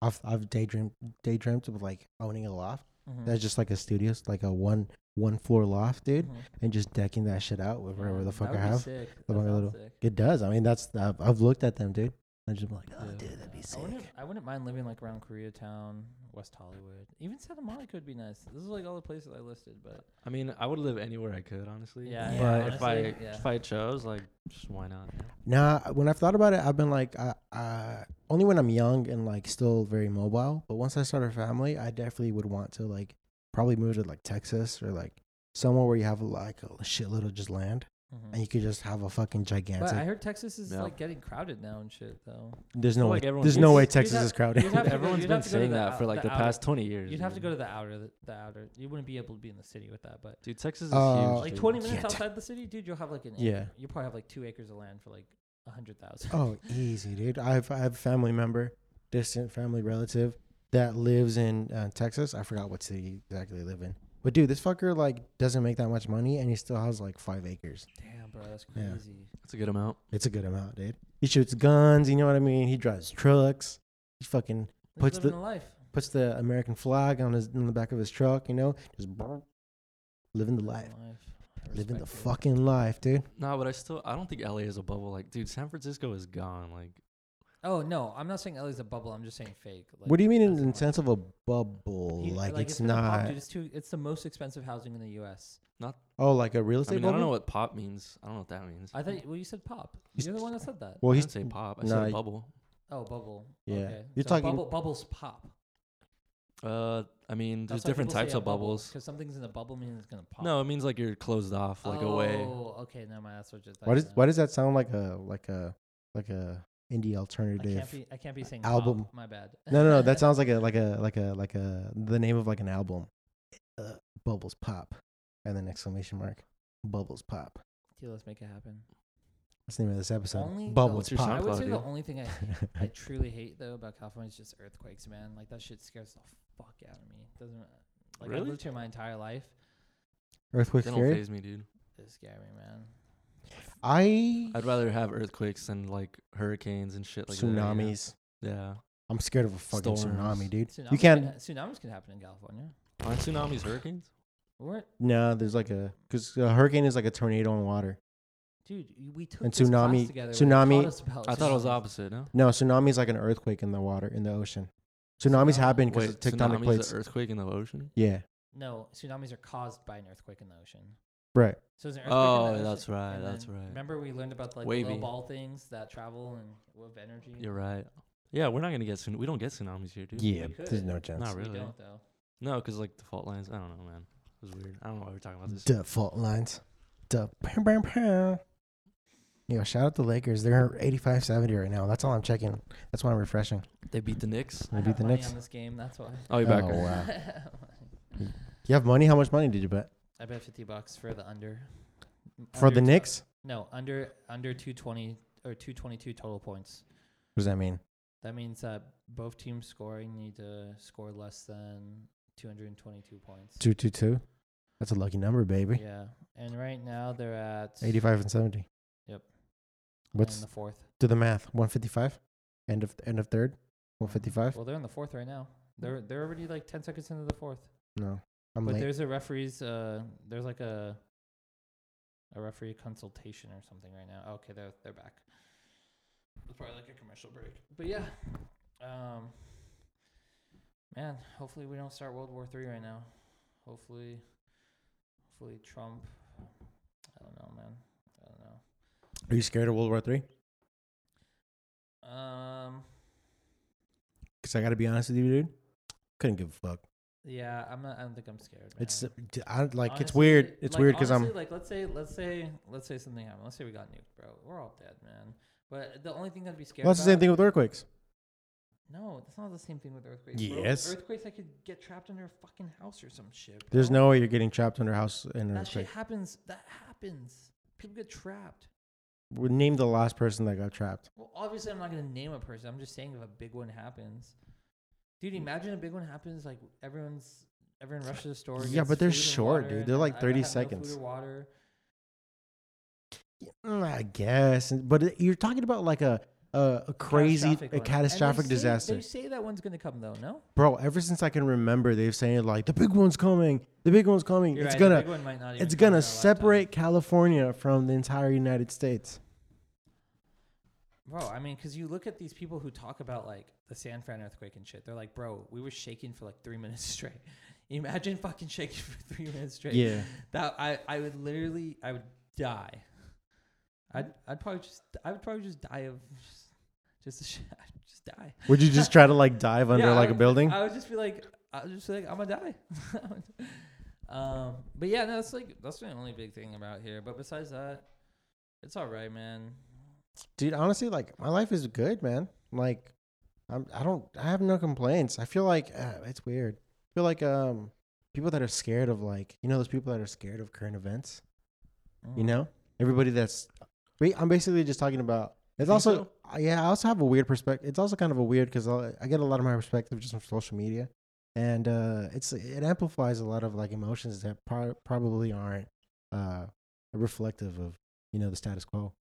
I've I've daydreamed daydreamed of like owning a loft Mm. Mhm. that's just like a studio, s- like a one one floor loft, dude, Mhm. and just decking that shit out with whatever Yeah, the that fuck I would be have. Sick. The That bungalow. sounds sick. It does. I mean, that's I've, I've looked at them, dude. I just be like, oh, Yeah. dude, that'd be I sick. wouldn't, I wouldn't mind living like around Koreatown, West Hollywood, even Santa Monica would be nice. This is like all the places I listed, but I mean, I would live anywhere I could, honestly. Yeah, yeah, But if I honestly, yeah. if I chose, like, just why not? you know? Nah, when I've thought about it, I've been like, I, I, only when I'm young and like still very mobile. But once I start a family, I definitely would want to like probably move to like Texas or like somewhere where you have like a shitload of just land mhm. and Mm. you could just have a fucking but I gigantic. heard Texas is Yeah. like getting crowded now and shit though. There's no feel way. like everyone there's gets- no way You'd Texas have- is crowded. you'd have to go- Everyone's you'd been have to go to saying the that out- for like the the, outer- past 20 years. You'd have to dude. go to the outer, the outer. You wouldn't be able to be in the city with that, but Dude, Texas is Uh, huge. like dude. 20 minutes Can't. outside the city, dude, you'll have like an Yeah. acre. You'll probably have like two acres of land for like a hundred thousand. Oh, easy, dude. I have I have a family member, distant family relative that lives in uh, Texas. I forgot what city exactly they live in. But dude, this fucker like doesn't make that much money, and he still has like five acres. damn, bro, that's Yeah. crazy. That's a good amount. It's a good amount, dude. He shoots guns. You know what I mean? He drives trucks. He fucking He's Puts living the- the life. puts the American flag on his on the back of his truck. You know, just living the life, Living I living the respect it. fucking life, dude. No, but I still I don't think LA is a bubble. Like, dude, San Francisco is gone. Like, Oh no, I'm not saying LA's a bubble. I'm just saying fake. Like, What do you mean in that's the not- sense of a bubble? You- like, it's been a pop, not. dude, it's too. It's the most expensive housing in the U.S. oh, like a real estate I mean, I bubble. don't know what pop means. I don't know what that means. I, I thought. Well, you said pop. He's- You're the one that said that. well, didn't he's say pop. I nah, said bubble. Oh, bubble. Yeah. Okay. You're So talking- bubble, bubbles pop. Uh, I mean, there's That's why different people say types a of bubble, bubbles. Because something's in a bubble means it's gonna pop. No, it means like you're closed off, like oh, away. okay. Never mind. That's what just. Why does why does that sound like a like a like a indie I can't alternative? be. I can't be saying album. Pop, my bad. No, no, no. That sounds like a like a like a like a the name of like an album. Uh, bubbles pop, and then exclamation mark. Bubbles pop. Dude, let's make it happen. That's the name of this episode. Only- Bubbles What's your I pop. sound- would say the Claudio. only thing I I truly hate though about California is just earthquakes, man. Like that shit scares the fuck out of me. Doesn't like I've Really? lived here my entire life. Earthquake They don't Fury. phase me, dude. It's scary, man. I I'd rather have earthquakes than like hurricanes and shit like that, you know? tsunamis. Yeah. I'm scared of a fucking Storms. tsunami, dude. Tsunamis you can can't. ha- tsunamis can happen in California. Aren't tsunamis hurricanes? We're, No, there's like a because a hurricane is like a tornado in water. dude, y- we took And this class tsunami- together. tsunami- I thought it was opposite. opposite. No. No, tsunami is like an earthquake in the water in the ocean. Tsunamis Tsunami- happen because of Wait, tectonic tsunami plates. is an earthquake in the ocean. Yeah, No, tsunamis are caused by an earthquake in the ocean. right. So there's an earthquake in Oh, the ocean. that's right. and That's then right. Remember we learned about like the Wavy. little ball things that travel and with energy. You're right. Yeah, we're not gonna get tsun- we don't get tsunamis here, dude. Yeah, could. there's no chance. Not We really. don't though. No, because like the fault lines. I don't know, man. It was weird. I don't know why we're talking about this. Default lines. Duh. Pow, pow, pow. Yo, shout out the Lakers. They're 85 70 right now. That's all I'm checking. That's why I'm refreshing. They beat the Knicks. I They have beat the money Knicks. on this game. That's why. Oh, you're back. Oh, wow. You have money? How much money did you bet? I bet fifty bucks for the under. For Under the to- Knicks? No, under under two twenty or two twenty two total points. What does that mean? That means that both teams scoring need to score less than two hundred and twenty two points. 2 2 2. That's a lucky number, baby. Yeah, and right now they're at 85 and 70. Yep. What's in the fourth. do the math? 155? End of end of third? 155? Well, they're in the fourth right now. They're they're already like ten seconds into the fourth. No. I'm but late. there's a referee's. Uh, there's like a a referee consultation or something right now. Okay, they're they're back. It's probably like a commercial break. But yeah, um, man, hopefully we don't start World War Three right now. Hopefully, hopefully Trump. I don't know, man. I don't know. Are you scared of World War Three? Um, Because I got to be honest with you, dude. Couldn't give a fuck. yeah, I'm not. I don't think I'm scared. Man. It's d- I, like it's Honestly, weird. It's like, weird weird because I'm honestly, like let's say let's say let's say something happened. Let's say we got nuked, bro. We're all dead, man. But the only thing that'd be scary. Well, that's the same about- thing with earthquakes. No, that's not the same thing with earthquakes. bro. Yes. earthquakes. I could get trapped under a fucking house or some shit. Bro. There's no way you're getting trapped under a house in an That shit earthquake. happens. That happens. People get trapped. We named the last person that got trapped. Well, obviously, I'm not gonna name a person. I'm just saying if a big one happens, dude. Imagine a big one happens. Like everyone's everyone rushes to the store. Yeah, gets but they're food and short, water, dude. and They're then like I- I 30 have no food seconds. or water. Mm, I guess, and- but it- you're talking about like a a, a crazy catastrophic a one. catastrophic and they disaster, Say, they say that one's gonna come though. No, bro. Ever since I can remember, they've saying like the big one's coming, the big one's coming. You're it's right, the gonna big one might not even it's come in our gonna lifetime. separate California from the entire United States. Bro, I mean, because you look at these people who talk about like the San Fran earthquake and shit. They're like, bro, we were shaking for like three minutes straight. Imagine fucking shaking for three minutes straight. Yeah, That I, I would literally, I would die. I'd, I'd probably just, I would probably just die of just, just the shit. I'd just die. would you just try to like dive under Yeah, I like a would- building? I would just be like, I would just be like, I'm gonna die. um, but yeah, no, that's like that's the only big thing about here. But besides that, it's all right, man. dude honestly like my life is good man like i'm i don't i have no complaints i feel like uh, it's weird i feel like um people that are scared of like you know those people that are scared of current events you Mm. know everybody that's wait i'm basically just talking about it's also uh, yeah i also have a weird perspective it's also kind of a weird because i get a lot of my perspective just from social media and uh it's it amplifies a lot of like emotions that pro- probably aren't uh reflective of you know the status quo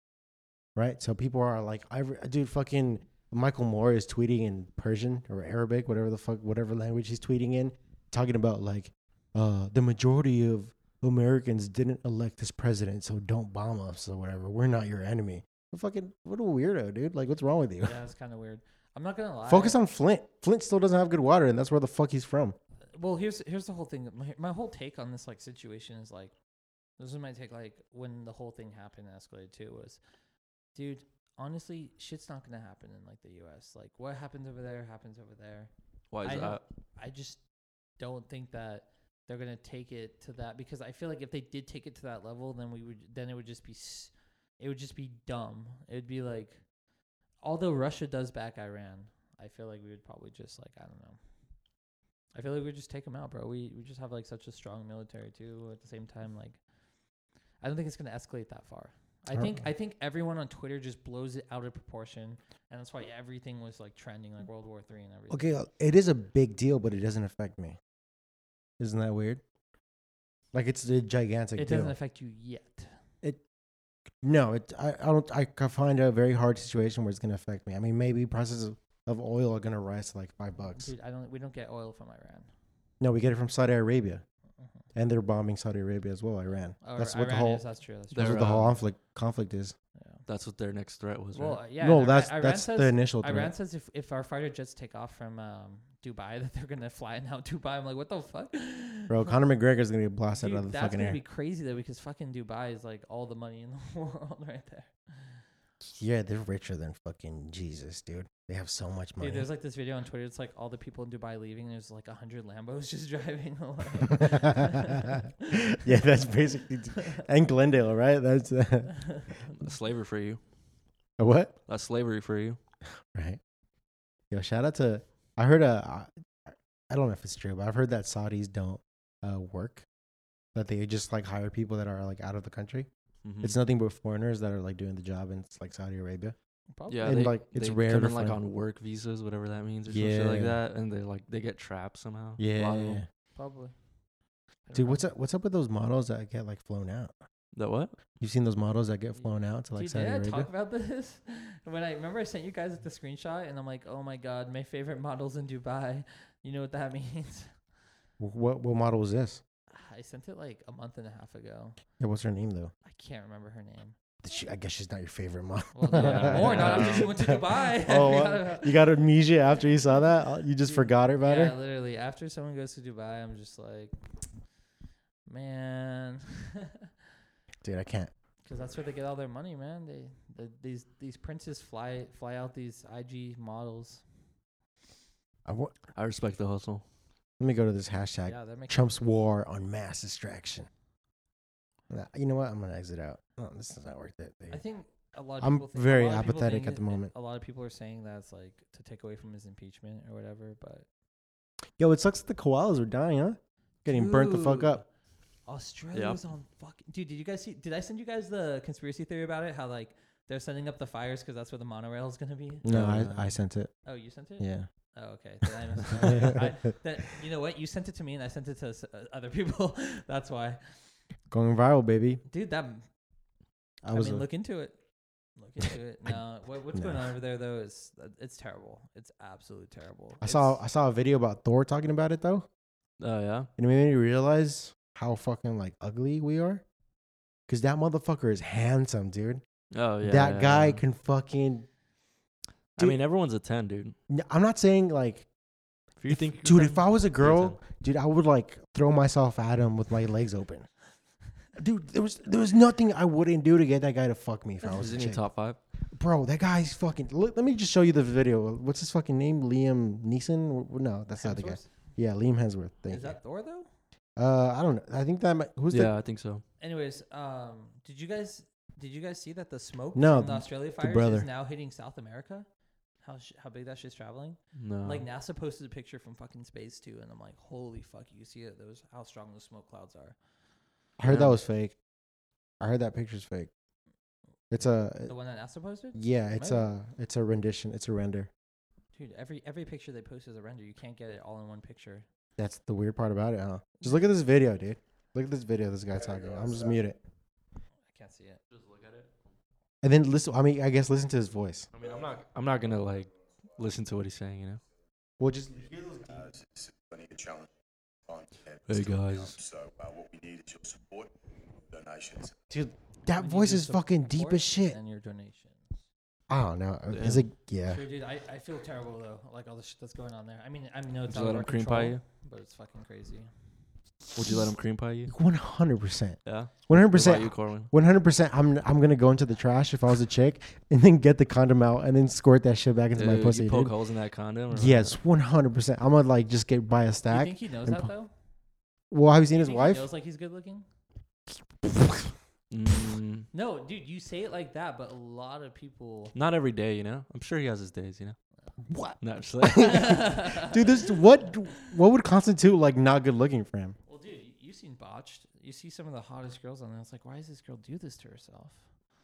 right so people are like i re- dude fucking michael moore is tweeting in persian or arabic whatever the fuck whatever language he's tweeting in talking about like uh the majority of americans didn't elect this president so don't bomb us or whatever we're not your enemy Well, fucking what a weirdo dude like what's wrong with you Yeah, it's kind of weird. I'm not gonna lie. focus on flint flint still doesn't have good water and that's where the fuck he's from Well, here's here's the whole thing. My, my whole take on this like situation is like, this is my take. Like when the whole thing happened, and escalated too was, dude. Honestly, shit's not gonna happen in like the U.S. Like what happens over there happens over there. Why is I that? don't- I just don't think that they're gonna take it to that because I feel like if they did take it to that level, then we would then it would just be s it would just be dumb. It would be like, although Russia does back Iran, I feel like we would probably just like I don't know. I feel like we would just take them out, bro. We we just have like such a strong military too. At the same time, like I don't think it's gonna escalate that far. I Uh, think I think everyone on Twitter just blows it out of proportion, and that's why everything was like trending, like World War Three and everything. okay uh, it is a big deal but it doesn't affect me isn't that weird like it's a gigantic it deal doesn't affect you yet. No, it. I, I don't. I can find a very hard situation where it's going to affect me. I mean, maybe prices of, of oil are going to rise to like five bucks. Dude, I don't. We don't get oil from Iran. No, we get it from Saudi Arabia, Mhm. and they're bombing Saudi Arabia as well. Iran. Or that's what Iran the whole. is, that's true. That's true. That's They're, what the whole uh, conflict conflict is. Yeah. That's what their next threat was, Well, right? uh, yeah. no, and Ira- that's Iran that's says, the initial threat. Iran says if, if our fighter jets take off from um, Dubai, that they're gonna fly now Dubai. I'm like, what the fuck? Bro, Conor McGregor's going to get blasted Dude, out of the that's fucking gonna air. be crazy though, because fucking Dubai is like all the money in the world right there. Yeah, they're richer than fucking Jesus, dude. They have so much money. Dude, there's like this video on Twitter. It's like all the people in Dubai leaving. There's like a hundred Lambos just driving away. yeah, that's basically. And Glendale, right? That's uh, That's slavery for you. a what? That's slavery for you. Right. Yo, shout out to. I heard a. I- I don't know if it's true, but I've heard that Saudis don't uh, work. That they just like hire people that are like out of the country. Hmm. Mhm. It's nothing but foreigners that are like doing the job in it's like Saudi Arabia. Probably. yeah, and, they, like, it's they rare come to in like find- on work visas, whatever that means, or some shit like Yeah. that, and they like they get trapped somehow. Yeah. Model. Probably. I don't Dude, know. what's up? What's up with those models that get like flown out? The what? You've seen those models that get flown out to like Dude, Saudi did I Arabia. talk about this? When I remember I sent you guys the screenshot, and I'm like, oh my god, my favorite models in Dubai. You know what that means? Wh- What what model was this? I sent it like a month and a half ago. Yeah, what's her name though? I can't remember her name. She, I guess she's not your favorite model. Well, not anymore. Not after she went to Dubai. I oh, forgot uh, about- you got amnesia after you saw that? Uh, You just Dude, forgot about yeah, her? literally. After someone goes to Dubai, I'm just like, man, Dude, I can't. because that's where they get all their money, man. They, the these these princes fly fly out these IG models. I wa- I respect the hustle. Let me go to this hashtag. yeah, that makes Trump's war on mass distraction. Nah, You know what? I'm gonna exit out. No, this is not worth it. dude. I think a lot. Of I'm people think, a very lot of people apathetic think at the it- it- moment. A lot of people are saying that's like to take away from his impeachment or whatever. But Yo, it sucks that the koalas are dying, huh? Getting burnt the fuck Dude, up. Australia was on fucking dude. Did you guys see? Did I send you guys the conspiracy theory about it? How like they're setting up the fires because that's where the monorail is gonna be. No, Uh, I, I sent it. Oh, you sent it? Yeah. Oh, okay. Then I must have- I- then- you know what? You sent it to me, and I sent it to s- uh, other people. That's why, Going viral, baby. dude. That I I, was mean, a- look into it. Look into it. No, what, what's no. going on over there though is uh, it's terrible. It's absolutely terrible. I saw It's- I saw a video about Thor talking about it though. Oh yeah. And it made me realize how fucking like ugly we are. Cause that motherfucker is handsome, dude. Oh yeah. that yeah, guy yeah. can fucking. I dude- mean, everyone's a ten, dude. N- I'm not saying like, If you think, you're dude. 10, If I was a you're a girl, 10. dude, I would like throw myself at him with my legs open. Dude, there was there was nothing I wouldn't do to get that guy to fuck me if I was is a in your chick. top five? Bro, that guy's fucking. Look, let me just show you the video. What's his fucking name? Liam Neeson? W- No, that's not the guy. Hemsworth? Yeah, Liam Hemsworth. Thank Is you. that Thor though? Uh, I don't know. I think that might, who's yeah, I think so. Anyways, um, did you guys did you guys see that the smoke No, from the th- Australia fires brother. is now hitting South America? How sh- how big that shit's traveling? Uh. No. Like NASA posted a picture from fucking space too, and I'm like, holy fuck, you see it? Those how strong those smoke clouds are. the? I heard that Yeah. was fake. I heard that picture's fake. It's The a one that NASA posted, yeah. It's Maybe. a it's a rendition. It's a render. dude. Every every picture they post is a render. You can't get it all in one picture. That's the weird part about it, huh? Just look at this video, dude. Look at this video. This guy talking. I'm just mute it. I can't see it. Just look at it. And then listen. I mean, I guess listen to his voice. I mean, I'm not. I'm not gonna like listen to what he's saying. You know. Well, just Uh, it's, it's plenty of challenge. Fine, yeah, Hey, still guys. down. So uh, what we need is your support, donations. dude. That We need voice your is fucking deep support as shit. And your donations. I don't know. Is it? Yeah. Sure, dude. I, I feel terrible though. Like all the shit that's going on there. I mean, I know it's out Would you of let our him cream control, pie you? but it's fucking crazy. Would you let him cream pie you? One hundred percent. Yeah. One hundred What about you, percent. Corwin? One hundred percent. I'm I'm gonna go into the trash if I was a chick, and then get the condom out, and then squirt that shit back into my Dude, pussy. you poke Dude. holes in that condom. Or Yes, one hundred percent. I'm gonna like just get buy a Do you stack. think he knows and that pu- though? Well, have you seen Do you his think wife? He knows like he's good looking. Mm, No, dude, you say it like that, but a lot of people. not every day, you know. I'm sure he has his days, you know. What? Not just like Dude, this what what would constitute like not good looking for him? Well, dude, you, you seen botched. You see some of the hottest girls on there. It's like, why does this girl do this to herself?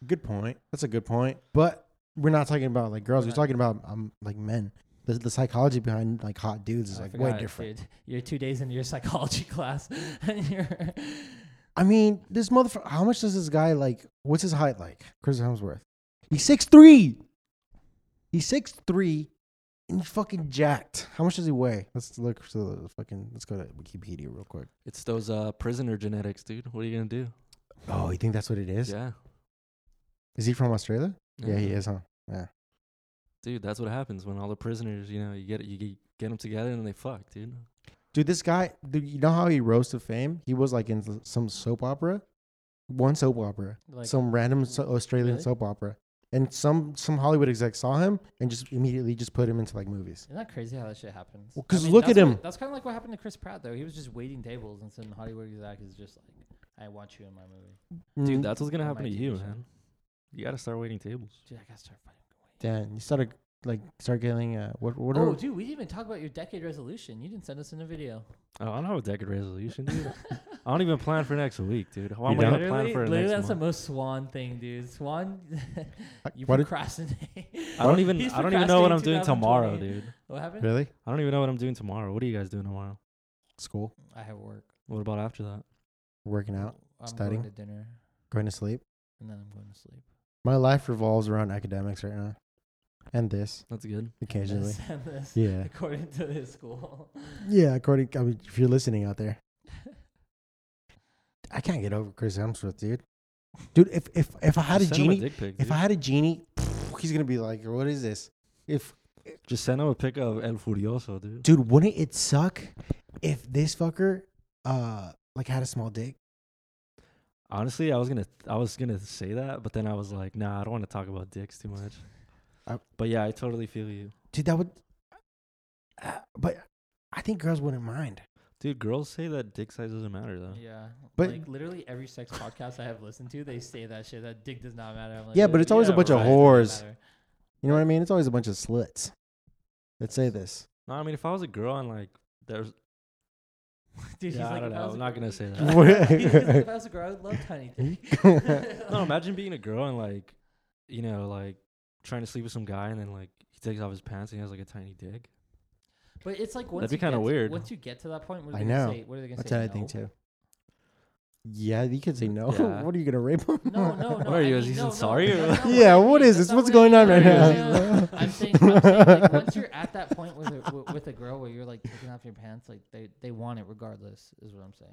Good point. That's a good point. But we're not talking about like girls. We're Right. talking about um like men. The, the psychology behind like hot dudes is I like way forgot, different. Dude, you're two days into your psychology class, and you're. I mean, this motherfucker. How much does this guy like? What's his height like? Chris Hemsworth. He's six three. He's six three, and he's fucking jacked. How much does he weigh? Let's look to the fucking. Let's go to Wikipedia real quick. it's those uh, prisoner genetics, dude. What are you gonna do? Oh, you think that's what it is? Yeah. Is he from Australia? Yeah, he is, huh? Yeah. Dude, that's what happens when all the prisoners, you know, you get you get, get them together and they fuck, dude. Dude, this guy. Dude, you know how he rose to fame? He was like in s- some soap opera, one soap opera, Like, some random so- Australian really? soap opera. and some some Hollywood exec saw him and just immediately just put him into like movies. Isn't that crazy how that shit happens? Well, I 'cause look that's at what- him. that's kind of like what happened to Chris Pratt, though. He was just waiting tables, and some Hollywood exec is just like, "I want you in my movie." Mm, Dude, that's what's gonna On happen my to you, TV show. man. You gotta start waiting tables. Dude, I gotta start fucking waiting. damn. You started like start getting uh, what what Oh, are dude, we didn't even talk about your decade resolution. You didn't send us in a video. Oh, I don't have a decade resolution, dude. I don't even plan for next week, dude. Why am You I gonna don't? plan literally, for literally next that's month? the most Swan thing, dude. Swan, you what did, procrastinate. I don't even. He's I don't even know what I'm procrastinating doing tomorrow, 2020. dude. what happened? really I don't even know what I'm doing tomorrow. What are you guys doing tomorrow? school I have work. What about after that? working out I'm studying. going to dinner, going to sleep. and then I'm going to sleep. My life revolves around academics right now, and this That's good. occasionally. Send this Yeah. according to his school. Yeah, according. I mean, if you're listening out there, I can't get over Chris Hemsworth, dude. Dude, if if if I had a Just send him genie, dick pic, if dude. I had a genie, he's gonna be like, "What is this?" If just send him a pic of El Furioso, dude. dude, wouldn't it suck if this fucker uh like had a small dick? Honestly, I was gonna I was gonna say that, but then I was like, nah, I don't want to talk about dicks too much. I- but yeah, I totally feel you, Dude, that would. Uh, but I think girls wouldn't mind. dude. Girls say that dick size doesn't matter though. Yeah, But- but like literally every sex podcast I have listened to, they say that shit. That dick does not matter. I'm like, Yeah, but "Dude, it's always a yeah, bunch of right, it doesn't whores." matter." You know what I mean? It's always a bunch of sluts. Let's say this. No, I mean if I was a girl and like there's Dude, he's Yeah, I like, don't if know. was I'm a not girl- gonna say He's that. like, if I was a girl, I would love tiny dick. no. Imagine being a girl and like you know like trying to sleep with some guy and then like he takes off his pants and he has like a tiny dick. But it's like once be you get kinda to- weird. Once you get to that point, what are I they gonna know. say? What are they gonna That's say? what I think too. Yeah, you could say no. Yeah. What are you gonna rape him? No, no, no. What are I you, mean, is he no, no, sorry or- that's not Yeah, I what mean, is that's this? not What's what going I on mean. right No, now? no, no, no. I'm saying, I'm saying like, once you're at that point with a, wi- with a girl where you're like taking off your pants, like they, they want it regardless, is what I'm saying.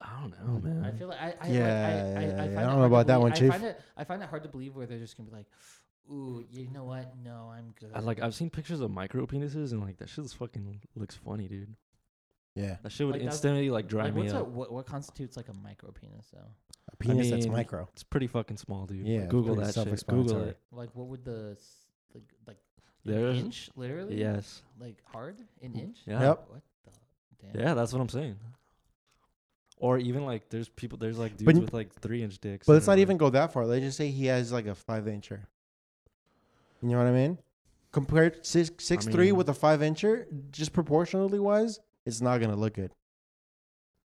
I don't know, man. I feel like I I like, Yeah, I, I, yeah, I, yeah. find it I don't know hard to about that believe- one, I Chief. Find it, I find it hard to believe where they're just gonna be like, "Ooh, you know what? No, I'm good." I, like uh, I've seen pictures of micro penises and like that shit fucking looks funny, dude. Yeah, That shit would Like, that's- instantly like Like, drive me what's up. a, what what constitutes like a micro penis though? a penis that's mean, micro. It's pretty fucking small, dude. Yeah, it's Google pretty that shit. Google self-explanatory. it. Like what would the s- like like an There's- inch literally? Yes. Like hard an inch? Mm, Yeah. Yep. What the damn? Yeah, that's what I'm saying. Or even like there's people there's like dudes But- with like three inch dicks. But that let's are, not like- even go that far. Let's just say he has like a five incher. You know what I mean? Compared six six three mean- with a five incher, just proportionally wise, it's not gonna look good.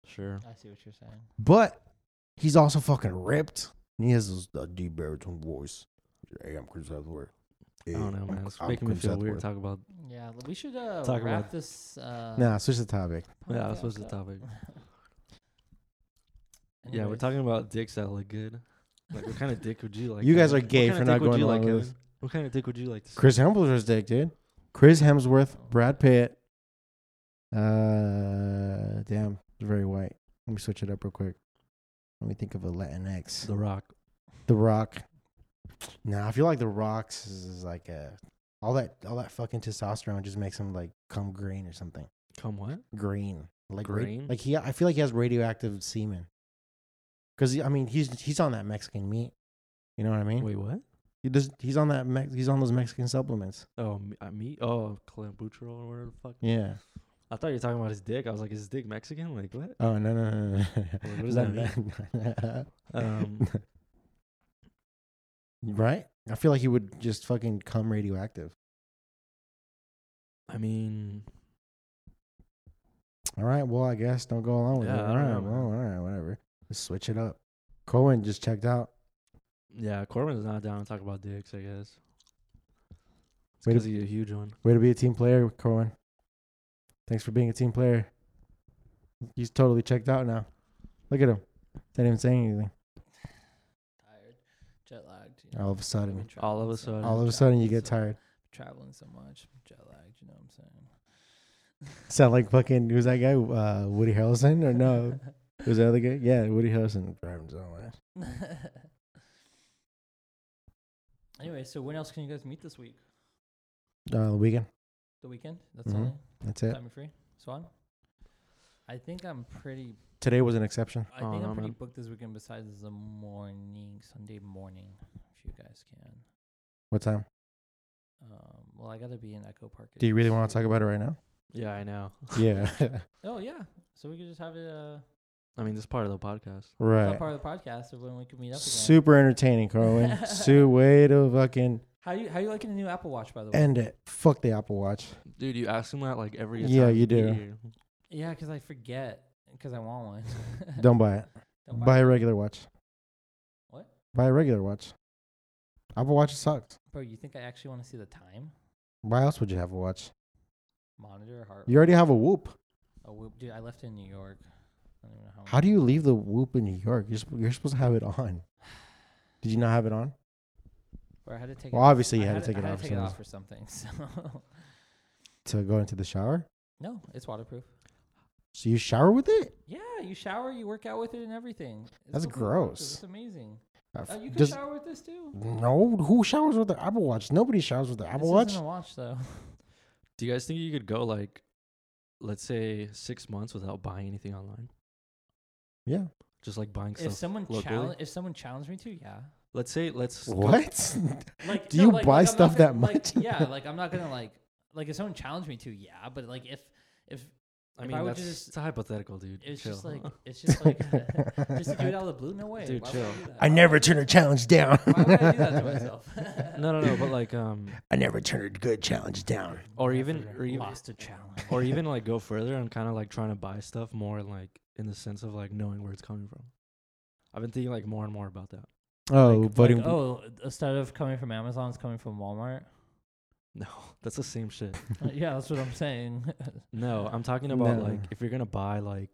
Sure. I see what you're saying. But he's also fucking ripped. And he has this, uh, deep baritone voice. Hey, I'm Chris Hemsworth. Hey, I don't know, man. It's making me Chris feel weird Hemsworth. talking about Yeah, l- we should uh, Talk wrap about- this. Uh, Nah, switch the topic. Yeah, podcast that's what's the up. topic. Yeah, we're Anyways. talking about dicks that look good. Like what kind of dick would you like? You guys Kevin? are What gay kind for of not dick would going you along like, with Kevin? this. What kind of dick would you like to see? Chris Hemsworth's dick, dude. Chris Hemsworth, Brad Pitt. Uh, damn, it's very white. Let me switch it up real quick. Let me think of a Latinx. The Rock. The Rock. Nah, I feel like The Rock's is, is like a all that all that fucking testosterone just makes him like come green or something. Come what? Green, like ra- Green? like he. I feel like he has radioactive semen. Cause he- I mean, he's he's on that Mexican meat. You know what I mean? Wait, what? He does, he's on that. Mex- he's on those Mexican supplements. Oh, me? Uh, me? Oh, Clambuchero or whatever the fuck. Yeah. I thought you were talking about his dick. I was like, is his dick Mexican? Like what? Oh no no no no! Like, what does that mean? Um, right? I feel like he would just fucking come radioactive. I mean, All right, well I guess don't go along with Yeah, it. I All don't right, know, well, all right, whatever. Let's switch it up. Cohen just checked out. yeah, Corbin's not down to talk about dicks. I guess. It's Wait a- because he's a huge one. Way to be a team player, Cohen. Thanks for being a team player. He's totally checked out now. Look at him. Didn't even say anything. tired, jet lagged. You know? All of a I've been sudden, traveling all of a so- sudden. all of a sudden, you get so- tired. Traveling so much, jet lagged. You know what I'm saying? Sound like fucking who's that guy? Uh, Woody Harrelson or no? Who's that other guy? Yeah, Woody Harrelson driving his own ass. anyway, so when else can you guys meet this week? Uh, the weekend. The weekend? That's Mhm. the only That's it. time you're free. Swan. I think I'm pretty. Today was an exception. I Oh, think no, I'm pretty man. booked this weekend. Besides the morning, Sunday morning, if you guys can. What time? Um, well, I gotta be in Echo Park. at Do you really six. want to talk about it right now? Yeah, I know. Yeah. Oh yeah, so we could just have it. Uh, I mean, this is part of the podcast. it's not right. part of the podcast of when we could meet up again. Super entertaining, Carwin. Su way to fucking How you how you liking the new Apple Watch by the way? end it. Fuck the Apple Watch. Dude, you ask him that like every Yeah, time you we do. meet here. Yeah, 'cause I forget 'cause I want one. Don't buy it. Don't buy it. a regular watch. What? Buy a regular watch. Apple Watch sucks. Bro, you think I actually want to see the time, Why else would you have a watch? monitor, heart? You already have a Whoop. oh, whoop, dude, I left it in New York. I don't even know how. How do you leave the Whoop in New York? You're, sp- you're supposed to have it on. Did you not have it on? Or I had to take. Well, it off. obviously you I had to I take it had off, To take it so- off for something. So To go into the shower? no, it's waterproof. So you shower with it? Yeah, you shower, you work out with it, and everything. It's That's completely waterproof. gross. It's amazing. Uh, Oh, you can does- shower with this too. No, who showers with the Apple Watch? Nobody showers with the Apple this Watch. Isn't a watch though. Do you guys think you could go like, let's say six months without buying anything online? Yeah. Just like buying if stuff someone locally. challenge, if someone challenged me to, yeah. let's say let's go- What? Like, Do you buy I'm not stuff gonna- that like, much? yeah, like I'm not gonna like like if someone challenged me to, yeah. But like if if I If mean, I would that's just- it's a hypothetical, dude. it's Chill. just like uh, it's just like just to do it out of the blue, no way. Dude, Why would chill. do that? I never turn a challenge down. Why would I do that to myself? no, no, no. But like, um, I never turn a good challenge down. or even or even lost a challenge. or even like go further and kind of like trying to buy stuff more like in the sense of like knowing where it's coming from. I've been thinking like more and more about that. Oh, Like- voting. Like, oh, instead of coming from Amazon, it's coming from Walmart. No, that's the same shit. Uh, yeah, that's what I'm saying. No, I'm talking about No. like if you're gonna buy like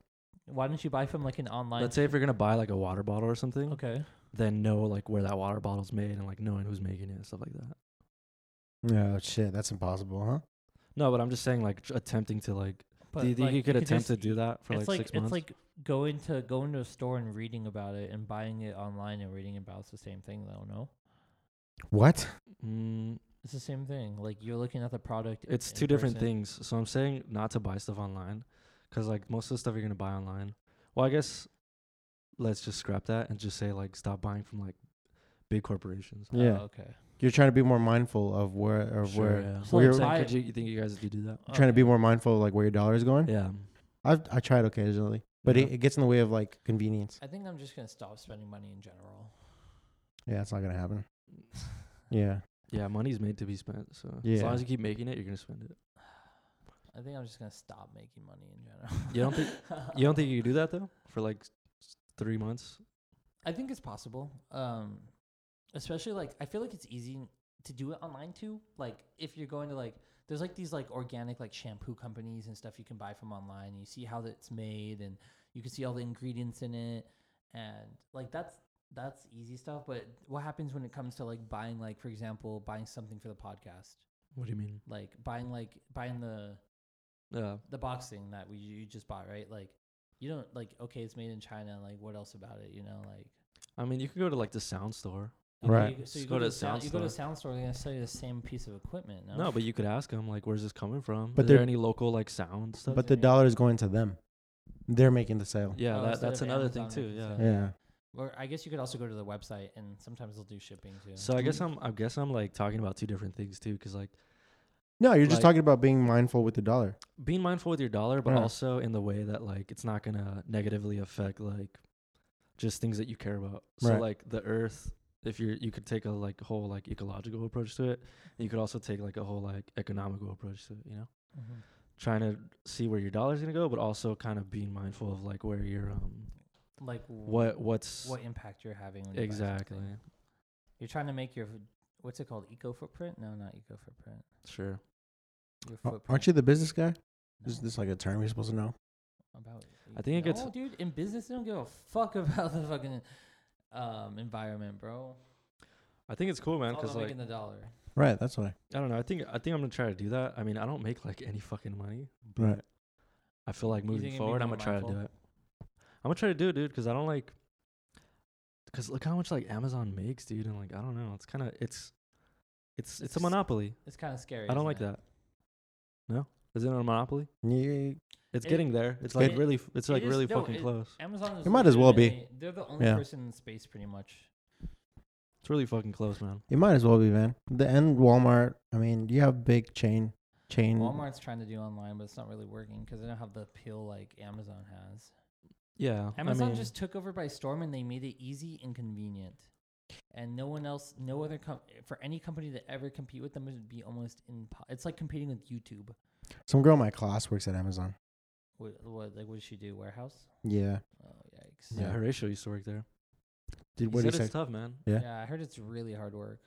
Why didn't you buy from like an online? let's say if you're gonna buy like a water bottle or something, okay. then know like where that water bottle's made and like knowing who's making it and stuff like that. No Oh, shit, that's impossible, huh? No, but I'm just saying like tr- attempting to like. do you think like, you could just- attempt to do that for like, it's like six it's months? like going to going to a store and reading about it and buying it online and reading about it's the same thing though. No, What? mm, it's the same thing. Like you're looking at the product. it's in two different person. things. So I'm saying not to buy stuff online, because like most of the stuff you're gonna buy online. Well, I guess let's just scrap that and just say like stop buying from like big corporations. Oh, Yeah. okay. You're trying to be more mindful of where, of where. yeah. So, Well, like, I'm saying, buy- could you, you think you guys could do that? You're Trying to be Okay. more mindful of like where your dollar is going. Yeah. I've I tried occasionally, but Yeah. it, it gets in the way of like convenience. I think I'm just gonna stop spending money in general. Yeah, it's not gonna happen. Yeah, Yeah, money's made to be spent. So as Yeah. long as you keep making it, you're gonna spend it. I think I'm just gonna stop making money in general. You don't think you Uh, don't think you could do that though for like s- three months? I think it's possible. Um, especially like I feel like it's easy to do it online too. Like if you're going to like there's like these like organic like shampoo companies and stuff you can buy from online. You see how it's made and you can see all the ingredients in it and like that's that's easy stuff. But what happens when it comes to like buying like for example buying something for the podcast, What do you mean? like buying like buying the Yeah. the boxing that we you just bought right like. You don't like okay, it's made in China. Like, what else about it? You know, like I mean, you could go to like the sound store. Okay, Right. You, go- so Just you go go, to to a sound, sound you go to a sound store. They're gonna sell you the same piece of equipment. No, No, but you could ask them like, "Where's this coming from? But Is there they're- any local like sound stuff?" but the dollar is going to them. They're making the sale. yeah, Oh, that, instead that's of another Amazon thing too. making Yeah. sales. Yeah. or I guess you could also go to the website, and sometimes they'll do shipping too. So I guess I'm I guess I'm like talking about two different things too, because like No, you're just Like- talking about being mindful with the dollar. being mindful with your dollar, but Yeah. also in the way that like it's not gonna negatively affect like just things that you care about. So Right. like the earth, if you're you could take a like whole like ecological approach to it, and you could also take like a whole like economical approach to it. You know, Mhm. trying to see where your dollar's gonna go, but also kind of being mindful of like where your um like w- what what's what impact you're having when you buy exactly something. You're trying to make your f- what's it called eco footprint? No, not eco footprint. sure. Your A- footprint. Aren't you the business guy? No, Is this like a term you're supposed to know? about? I think it gets- No, dude. In business, they don't give a fuck about the fucking um environment, bro. I think it's cool, man. It's all Because about like making the dollar. Right. That's why. I don't know. I think I think I'm gonna try to do that. I mean, I don't make like any fucking money. Mm-hmm. but Right. I feel like You think moving you'd be forward, I'm more gonna try to do mindful? it. I'm gonna try to do it, dude. Because I don't like. Because look how much like Amazon makes, dude, and like I don't know. It's kind of it's, it's It's it's a just- monopoly. It's kind of scary. I don't isn't like it? that. No, is it a monopoly? Yeah. It's It- getting there. It's it- like really. f- It's it like is- really no, fucking it- close. Amazon. Is It might as well be. legitimately- They're the only Yeah. person in space, pretty much. It's really fucking close, man. It might as well be, man. The end Walmart. I mean, you have big chain, chain. Walmart's trying to do online, but it's not really working because they don't have the appeal like Amazon has. Yeah. Amazon I mean, just took over by storm, and they made it easy and convenient. And no one else, no other com- for any company to ever compete with them would be almost impossible. It's like competing with YouTube. Some girl in my class works at Amazon. What, what like what did she do? Warehouse? Yeah, Oh yikes! yeah, Horatio used to work there. did he what said he it's said. tough, man. Yeah. yeah, I heard it's really hard work.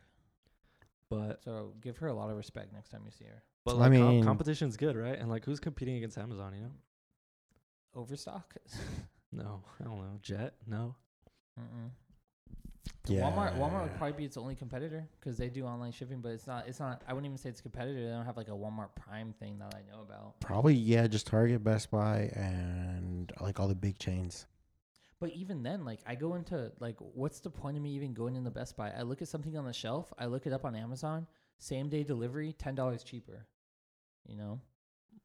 But So give her a lot of respect next time you see her. but I like com- mean- competition's good, right? And like who's competing against Amazon, you know? Overstock? No, I don't know. Jet? No. Mm-mm. Yeah. Walmart Walmart would probably be its only competitor because they do online shipping, but it's not it's not I wouldn't even say it's a competitor. They don't have like a Walmart Prime thing that I know about. Probably yeah, just Target, Best Buy, and like all the big chains. But even then, like I go into like what's the point of me even going in the Best Buy? I look at something on the shelf, I look it up on Amazon, same day delivery, ten dollars cheaper. You know?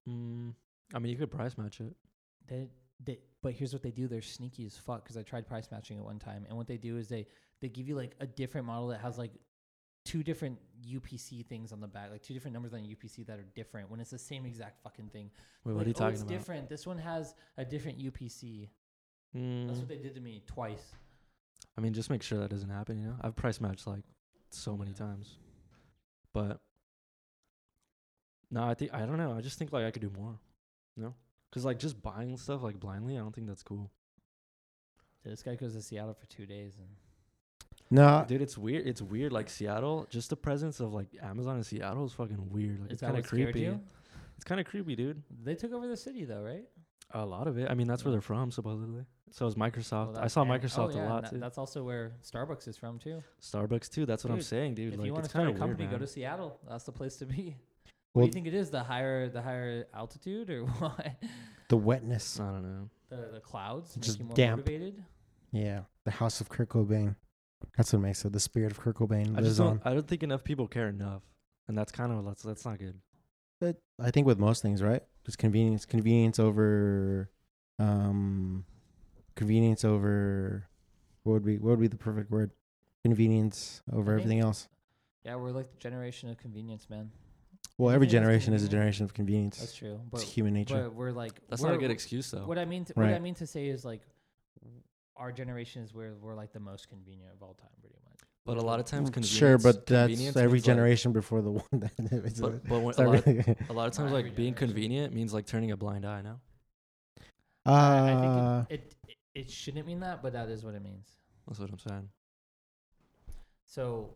Mm, I mean, you could price match it. They, they, but here's what they do. They're sneaky as fuck because I tried price matching at one time. And what they do is they they give you like a different model that has like two different UPC things on the back, like two different numbers on UPC that are different when it's the same exact fucking thing. Wait, what Like, are you oh, talking it's about? different. This one has a different UPC. That's Mm, what they did to me twice. I mean, just make sure that doesn't happen, you know? I've price matched like so many times. But no, I think, I don't know. I just think like I could do more, you know? Because like just buying stuff like blindly, I don't think that's cool. This guy goes to Seattle for two days and No, Dude, it's weird. It's weird. Like Seattle, just the presence of like Amazon in Seattle is fucking weird. Like, is it's that kind of what scared creepy. you? It's kind of creepy, dude. They took over the city though, right? A lot of it. I mean, that's where they're from, supposedly. So is Microsoft. Well, I that's- saw and- oh, Microsoft yeah, a and lot that- too. That's also where Starbucks is from too. Starbucks too. That's what I'm Dude, saying, dude. if like you want it's to start kind a of weird. company, go man. to Seattle. That's the place to be. what do well, you think it is? The higher the higher altitude or what? the wetness. I don't know. The the clouds make Just you more damp. motivated. Yeah, the House of Kurt Cobain. That's what makes it. The spirit of Kurt Cobain I just lives don't. on. I don't think enough people care enough, and that's kind of that's that's not good. But I think with most things, right? Just convenience, convenience over, um, convenience over. What would be what would be the perfect word? Convenience over I think- everything else. Yeah, we're like the generation of convenience, man. Well, Everything every is generation is a convenient. generation of That's convenience. true. It's But human nature. but we're like That's we're, not a good excuse though. What I mean to, what I Right. mean to say is like our generation is where we're like the most convenient of all time, pretty much. but a lot of times, convenience, Sure, but convenience that's every means, like- generation before the one that. It's a- but but when, it's a, not lot, really- a lot of times, Not like every being generation. convenient means like turning a blind eye. Now I Uh, think it, it it shouldn't mean that, but that is what it means. that's what I'm saying. So,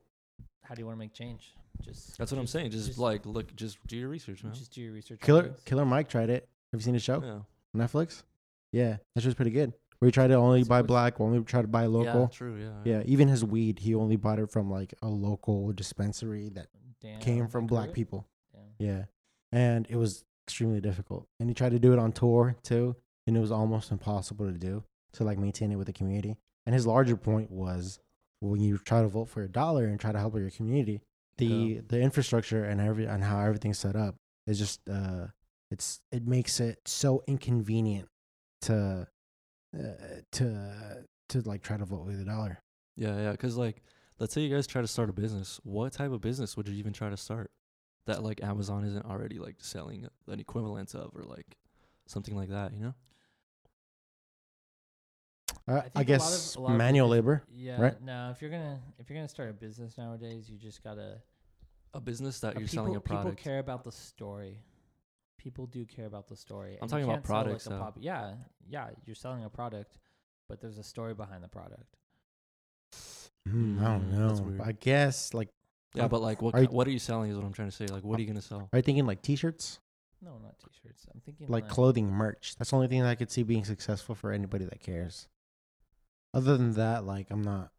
how do you want to make change? Just That's what I'm saying. Just, just- like look, just do your research, man. just do your research. on Killer things. Killer Mike tried it. Have you seen his show? yeah. Netflix. Yeah, that show's pretty good. We tried to only So buy what's- black. Only tried to buy local. Yeah, true. Yeah, yeah. Yeah, even his weed, he only bought it from like a local dispensary that Damn, came from look black at it. people. Damn. Yeah. And it was extremely difficult. And he tried to do it on tour too, and it was almost impossible to do to like maintain it with the community. And his larger point was when you try to vote for a dollar and try to help your community, the Yeah. the infrastructure and every and how everything's set up is just uh it's it makes it so inconvenient to uh, to to like try to vote with a dollar. Yeah, yeah. Because like, let's say you guys try to start a business. What type of business would you even try to start that like Amazon isn't already like selling an equivalent of or like something like that? You know? Uh, think a I, lot guess of- a lot of manual business- labor. Yeah. right? No, if you're gonna if you're gonna start a business nowadays, you just gotta. A business that uh, you're selling a People product. care about the story. People do care about the story. and you talking about can't sell, like, products, a though. yeah, yeah. You're selling a product, but there's a story behind the product. Hmm, I don't Mm, that's know. weird. I guess like Yeah, but like, what Are you- ki- what are you selling? Is what I'm trying to say. Like, what are you gonna sell? are you thinking like t-shirts? No, not t-shirts. I'm thinking like clothing merch. That's the only thing that I could see being successful for anybody that cares. Other than that, like I'm not.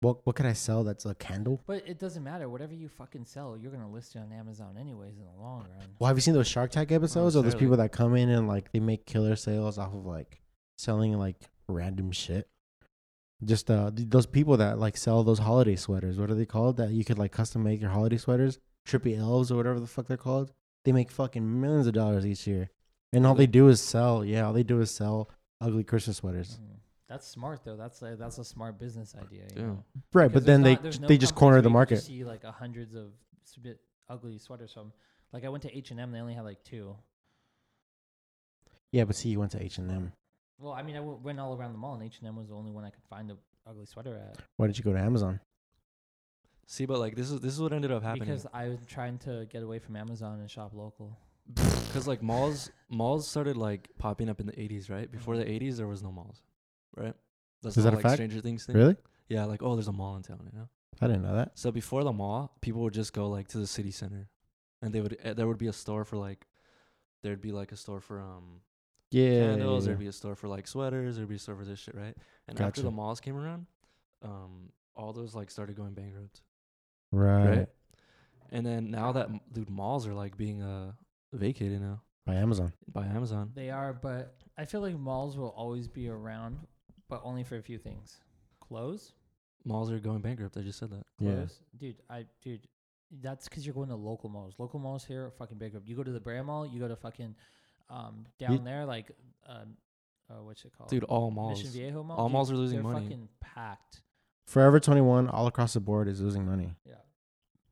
What what could I sell? That's a candle. But it doesn't matter. Whatever you fucking sell, you're gonna list it on Amazon anyways in the long run. Well, have you seen those Shark Tank episodes of those necessarily. people that come in and like they make killer sales off of like selling like random shit? Just uh, th- those people that like sell those holiday sweaters. What are they called? That you could like custom make your holiday sweaters, trippy elves or whatever the fuck they're called. They make fucking millions of dollars each year, and all Really? they do is sell. Yeah, all they do is sell ugly Christmas sweaters. Mhm. That's smart though. That's a, that's a smart business idea. You Yeah. know? Right, Because there's but then not- they there's no they just companies corner where the you market. just see like a hundreds of s- bit ugly sweaters from. Like I went to H and M, they only had like two. Yeah, but see, you went to H and M. Well, I mean, I w- went all around the mall, and H and M was the only one I could find a ugly sweater at Why did you go to Amazon? See, but like this is this is what ended up happening. because I was trying to get away from Amazon and shop local. because like malls malls started like popping up in the 80s right before the 80s there was no malls right that's Is not that a like fact? stranger things thing Really? yeah like oh there's a mall in town you know I didn't know that. so before the mall people would just go like to the city center and they would eh, there would be a store for like there'd be like a store for um Yeah. candles there'd be a store for like sweaters there'd be a store for this shit right and after the Gotcha. malls came around um all those like started going bankrupt right. right? and then now that m- dude malls are like being uh vacated now by Amazon. by amazon They are, but I feel like malls will always be around, but only for a few things. Clothes, malls are going bankrupt. I just said that. Yeah. clothes, dude. I dude, that's because you're going to local malls. Local malls here are fucking bankrupt. You go to the Brea Mall, you go to fucking um down there, like um, uh, what's it called, Dude, all malls. Mission Viejo Mall. all dude, malls are losing they're money. Fucking packed. Forever 21 all across the board is losing money. Yeah.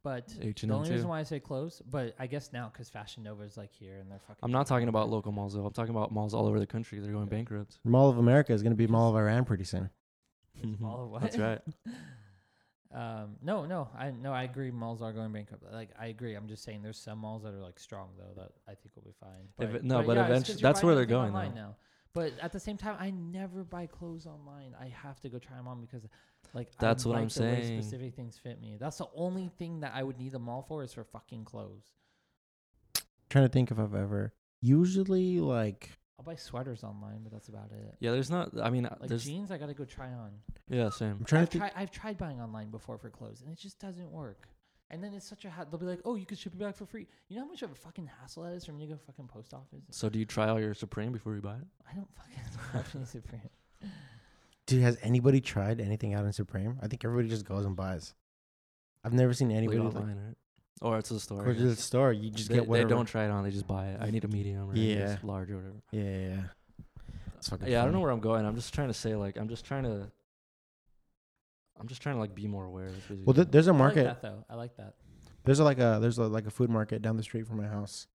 But H&M the only too. reason why I say clothes, but I guess now because Fashion Nova is like here and they're fucking. I'm not talking about local malls though. I'm talking about malls all over the country. They're going bankrupt. Mall of America is going to be Mall of Iran pretty soon. Mall of what? Mm-hmm. That's right. Um, no, no, I no, I agree. Malls are going bankrupt. Like I agree. I'm just saying there's some malls that are like strong though that I think will be fine. If it- no, but yeah, it's 'cause eventu- you're that's where buying they're everything going, online now. But at the same time, I never buy clothes online. I have to go try them on because, like, I That's what I'm like the way saying. Specific things fit me. That's the only thing that I would need a mall for is for fucking clothes. trying to think if I've ever. Usually, like, I'll buy sweaters online, but that's about it. Yeah, there's not. I mean, uh, Like there's. jeans, I gotta go try on. Yeah, same. I'm trying I've, to think. try, I've tried buying online before for clothes, and it just doesn't work. And then it's such a ha- they'll be like, "Oh, you can ship it back for free." You know how much of a fucking hassle that is for me to go fucking post office. So do you try all your Supreme before you buy it? I don't fucking have any Supreme. Dude, has anybody tried anything out in Supreme? I think everybody just goes and buys. I've never seen Like anybody like, online, right? Or it's the store. I go to the guess. store. You just they, get they whatever. don't try it on. They just buy it. I need a medium. Or I need this Yeah. large or whatever. Yeah, yeah, yeah. It's fucking yeah, I don't know funny. where I'm going. I'm just trying to say like I'm just trying to. I'm just trying to like be more aware. That's basically Well, th- it. there's a I market. like that though. I like that. There's a, like a there's a, like a food market down the street from my house,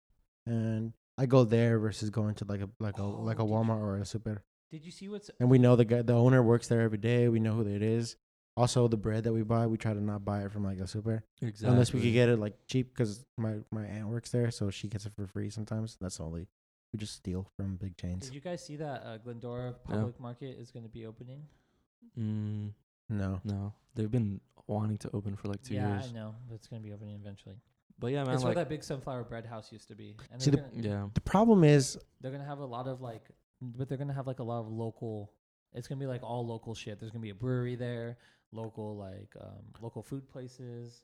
and I go there versus going to like a like a Oh, like a did you- Walmart or a super. Did you see what's? And we know the guy, the owner works there every day. We know who it is. Also, the bread that we buy, we try to not buy it from like a super exactly. unless we could get it like cheap because my my aunt works there, so she gets it for free sometimes. That's the only we just steal from big chains. Did you guys see that uh, Glendora Public Market is going to be opening? Mm, No, no, they've been wanting to open for like two yeah, years. I know, but it's going to be opening eventually. But yeah, man, it's like where that big sunflower bread house used to be. And See, they're the- gonna- yeah. the problem is They're gonna have a lot of like, but they're gonna have like a lot of local. It's gonna be like all local shit. There's gonna be a brewery there, local like um, local food places.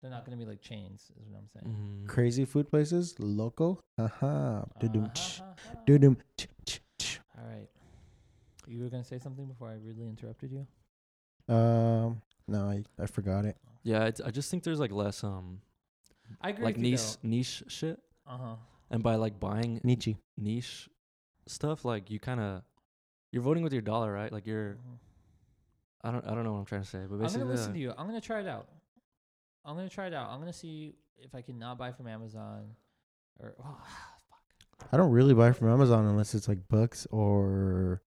They're not gonna be like chains, is what I'm saying. Mm. crazy food places local. Uh-huh. Haha, doo-doom, Uh, tch, ha, ha, ha. doo-doom, tch, tch, tch. All right. You were gonna say something before I rudely interrupted you. Um, no, I, I forgot it. Yeah, it's, I just think there's like less um I agree like with you. niche niche shit, Uh huh. and by like buying Nietzsche. niche stuff, like you kind of you're voting with your dollar, right? Like you're I don't I don't know what I'm trying to say, but Mm-hmm. I'm basically gonna listen uh, to you. I'm gonna try it out. I'm gonna try it out. I'm gonna see if I can not buy from Amazon, or I don't really buy from Amazon unless it's like books or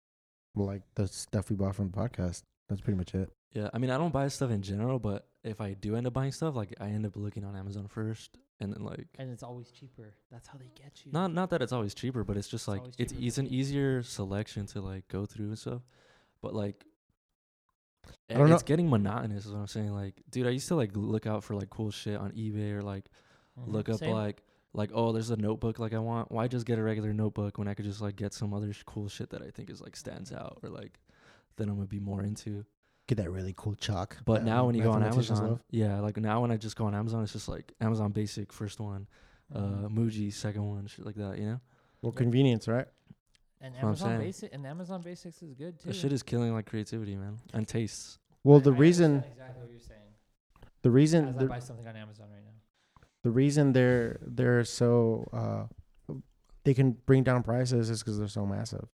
like the stuff we bought from the podcast. That's pretty much it. yeah, I mean I don't buy stuff in general, but if I do end up buying stuff, like I end up looking on Amazon first, and then like and it's always cheaper. That's how they get you. not not that it's always cheaper, but it's just like always it's cheaper. it's an easier selection to like go through and stuff, but like. I don't know- it's getting monotonous is what I'm saying. Like, dude, I used to like look out for like cool shit on eBay or like Mhm. look up Same. like like oh there's a notebook like i want why just get a regular notebook when i could just like get some other sh- cool shit that i think is like stands out or like that i'm gonna be more into Get that really cool chalk. but that now when you go on mathematicians amazon love. yeah like now when i just go on amazon it's just like amazon basic first one Mhm. uh muji second one shit like that you know well, convenience, right? And That's what I'm Amazon saying. Basic and Amazon Basics is good too. that shit is killing like creativity man and tastes Well, I- the I reason, understand exactly what you're saying. the reason, As I the, buy something on Amazon right now. the reason they're they're so uh, they can bring down prices is because they're so massive.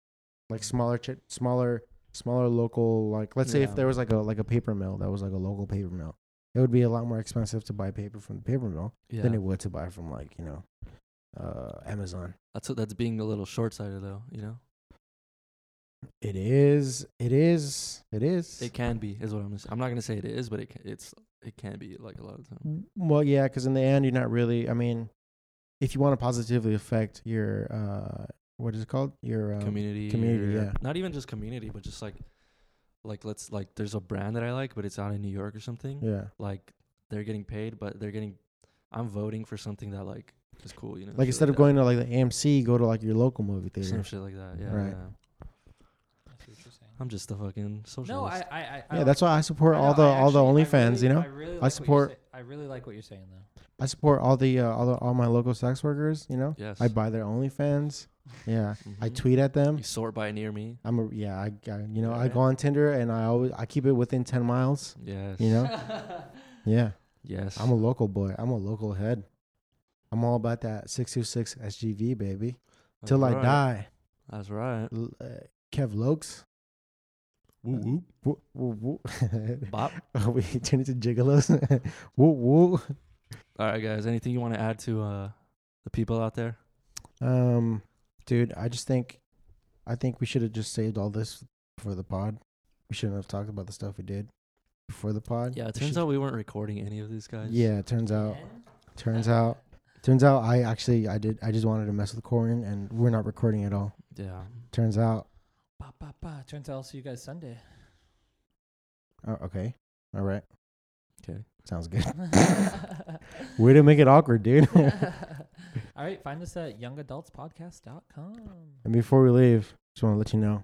Like smaller ch- smaller smaller local like let's say Yeah. if there was like a like a paper mill that was like a local paper mill, it would be a lot more expensive to buy paper from the paper mill Yeah. than it would to buy from like you know uh Amazon. that's that's being a little short sighted though, you know? It is. It is. It is. It can be, is what I'm gonna say. I'm not gonna say it is, but it ca- it's it can be like a lot of time. well, yeah, because in the end, you're not really. I mean, if you want to positively affect your uh, what is it called? Your um, community, community, or- yeah. Not even just community, but just like like let's like there's a brand that I like, but it's out in New York or something. Yeah, Like they're getting paid, but they're getting I'm voting for something that like is cool, you know. like shit instead of that. going to like the AMC, go to like your local movie some theater. shit like that. Yeah, Right. yeah. That's what you're saying. I'm just a fucking socialist. No, I, I, I, I Yeah, that's why I support I all know, the I all the actually- I OnlyFans. really- You know, I really like what I you're support- say- I really like what you're saying though. I support all the uh, all the, all my local sex workers. You know, yes. I buy their OnlyFans. Yeah, I Mhm. tweet at them. You sort by near me. I'm a yeah. I, I you know I Yeah. go on Tinder and I always I keep it within ten miles. Yes. You know, yeah. Yes. I'm a local boy. I'm a local head. I'm all about that 626 SGV, baby. That's Till I right. die. That's right. L- uh, Kev Lokes. Uh, Woo woo. Woo, woo, woo. Bop. Oh, we turned into gigolos. woo, woo. All right, guys. Anything you want to add to uh, the people out there? Um, dude, I just think, I think we should have just saved all this for the pod. We shouldn't have talked about the stuff we did before the pod. Yeah, it We turns should- out we weren't recording any of these guys. Yeah, it turns out. Turns out. Turns out I actually I did I just wanted to mess with Corin and we're not recording at all. Yeah. Turns out Ba, ba, ba. Turns out I'll see you guys Sunday. Oh, okay. All right. Okay. Sounds good. Way to make it awkward, dude. All right, find us at youngadultspodcast.com. and before we leave, just want to let you know.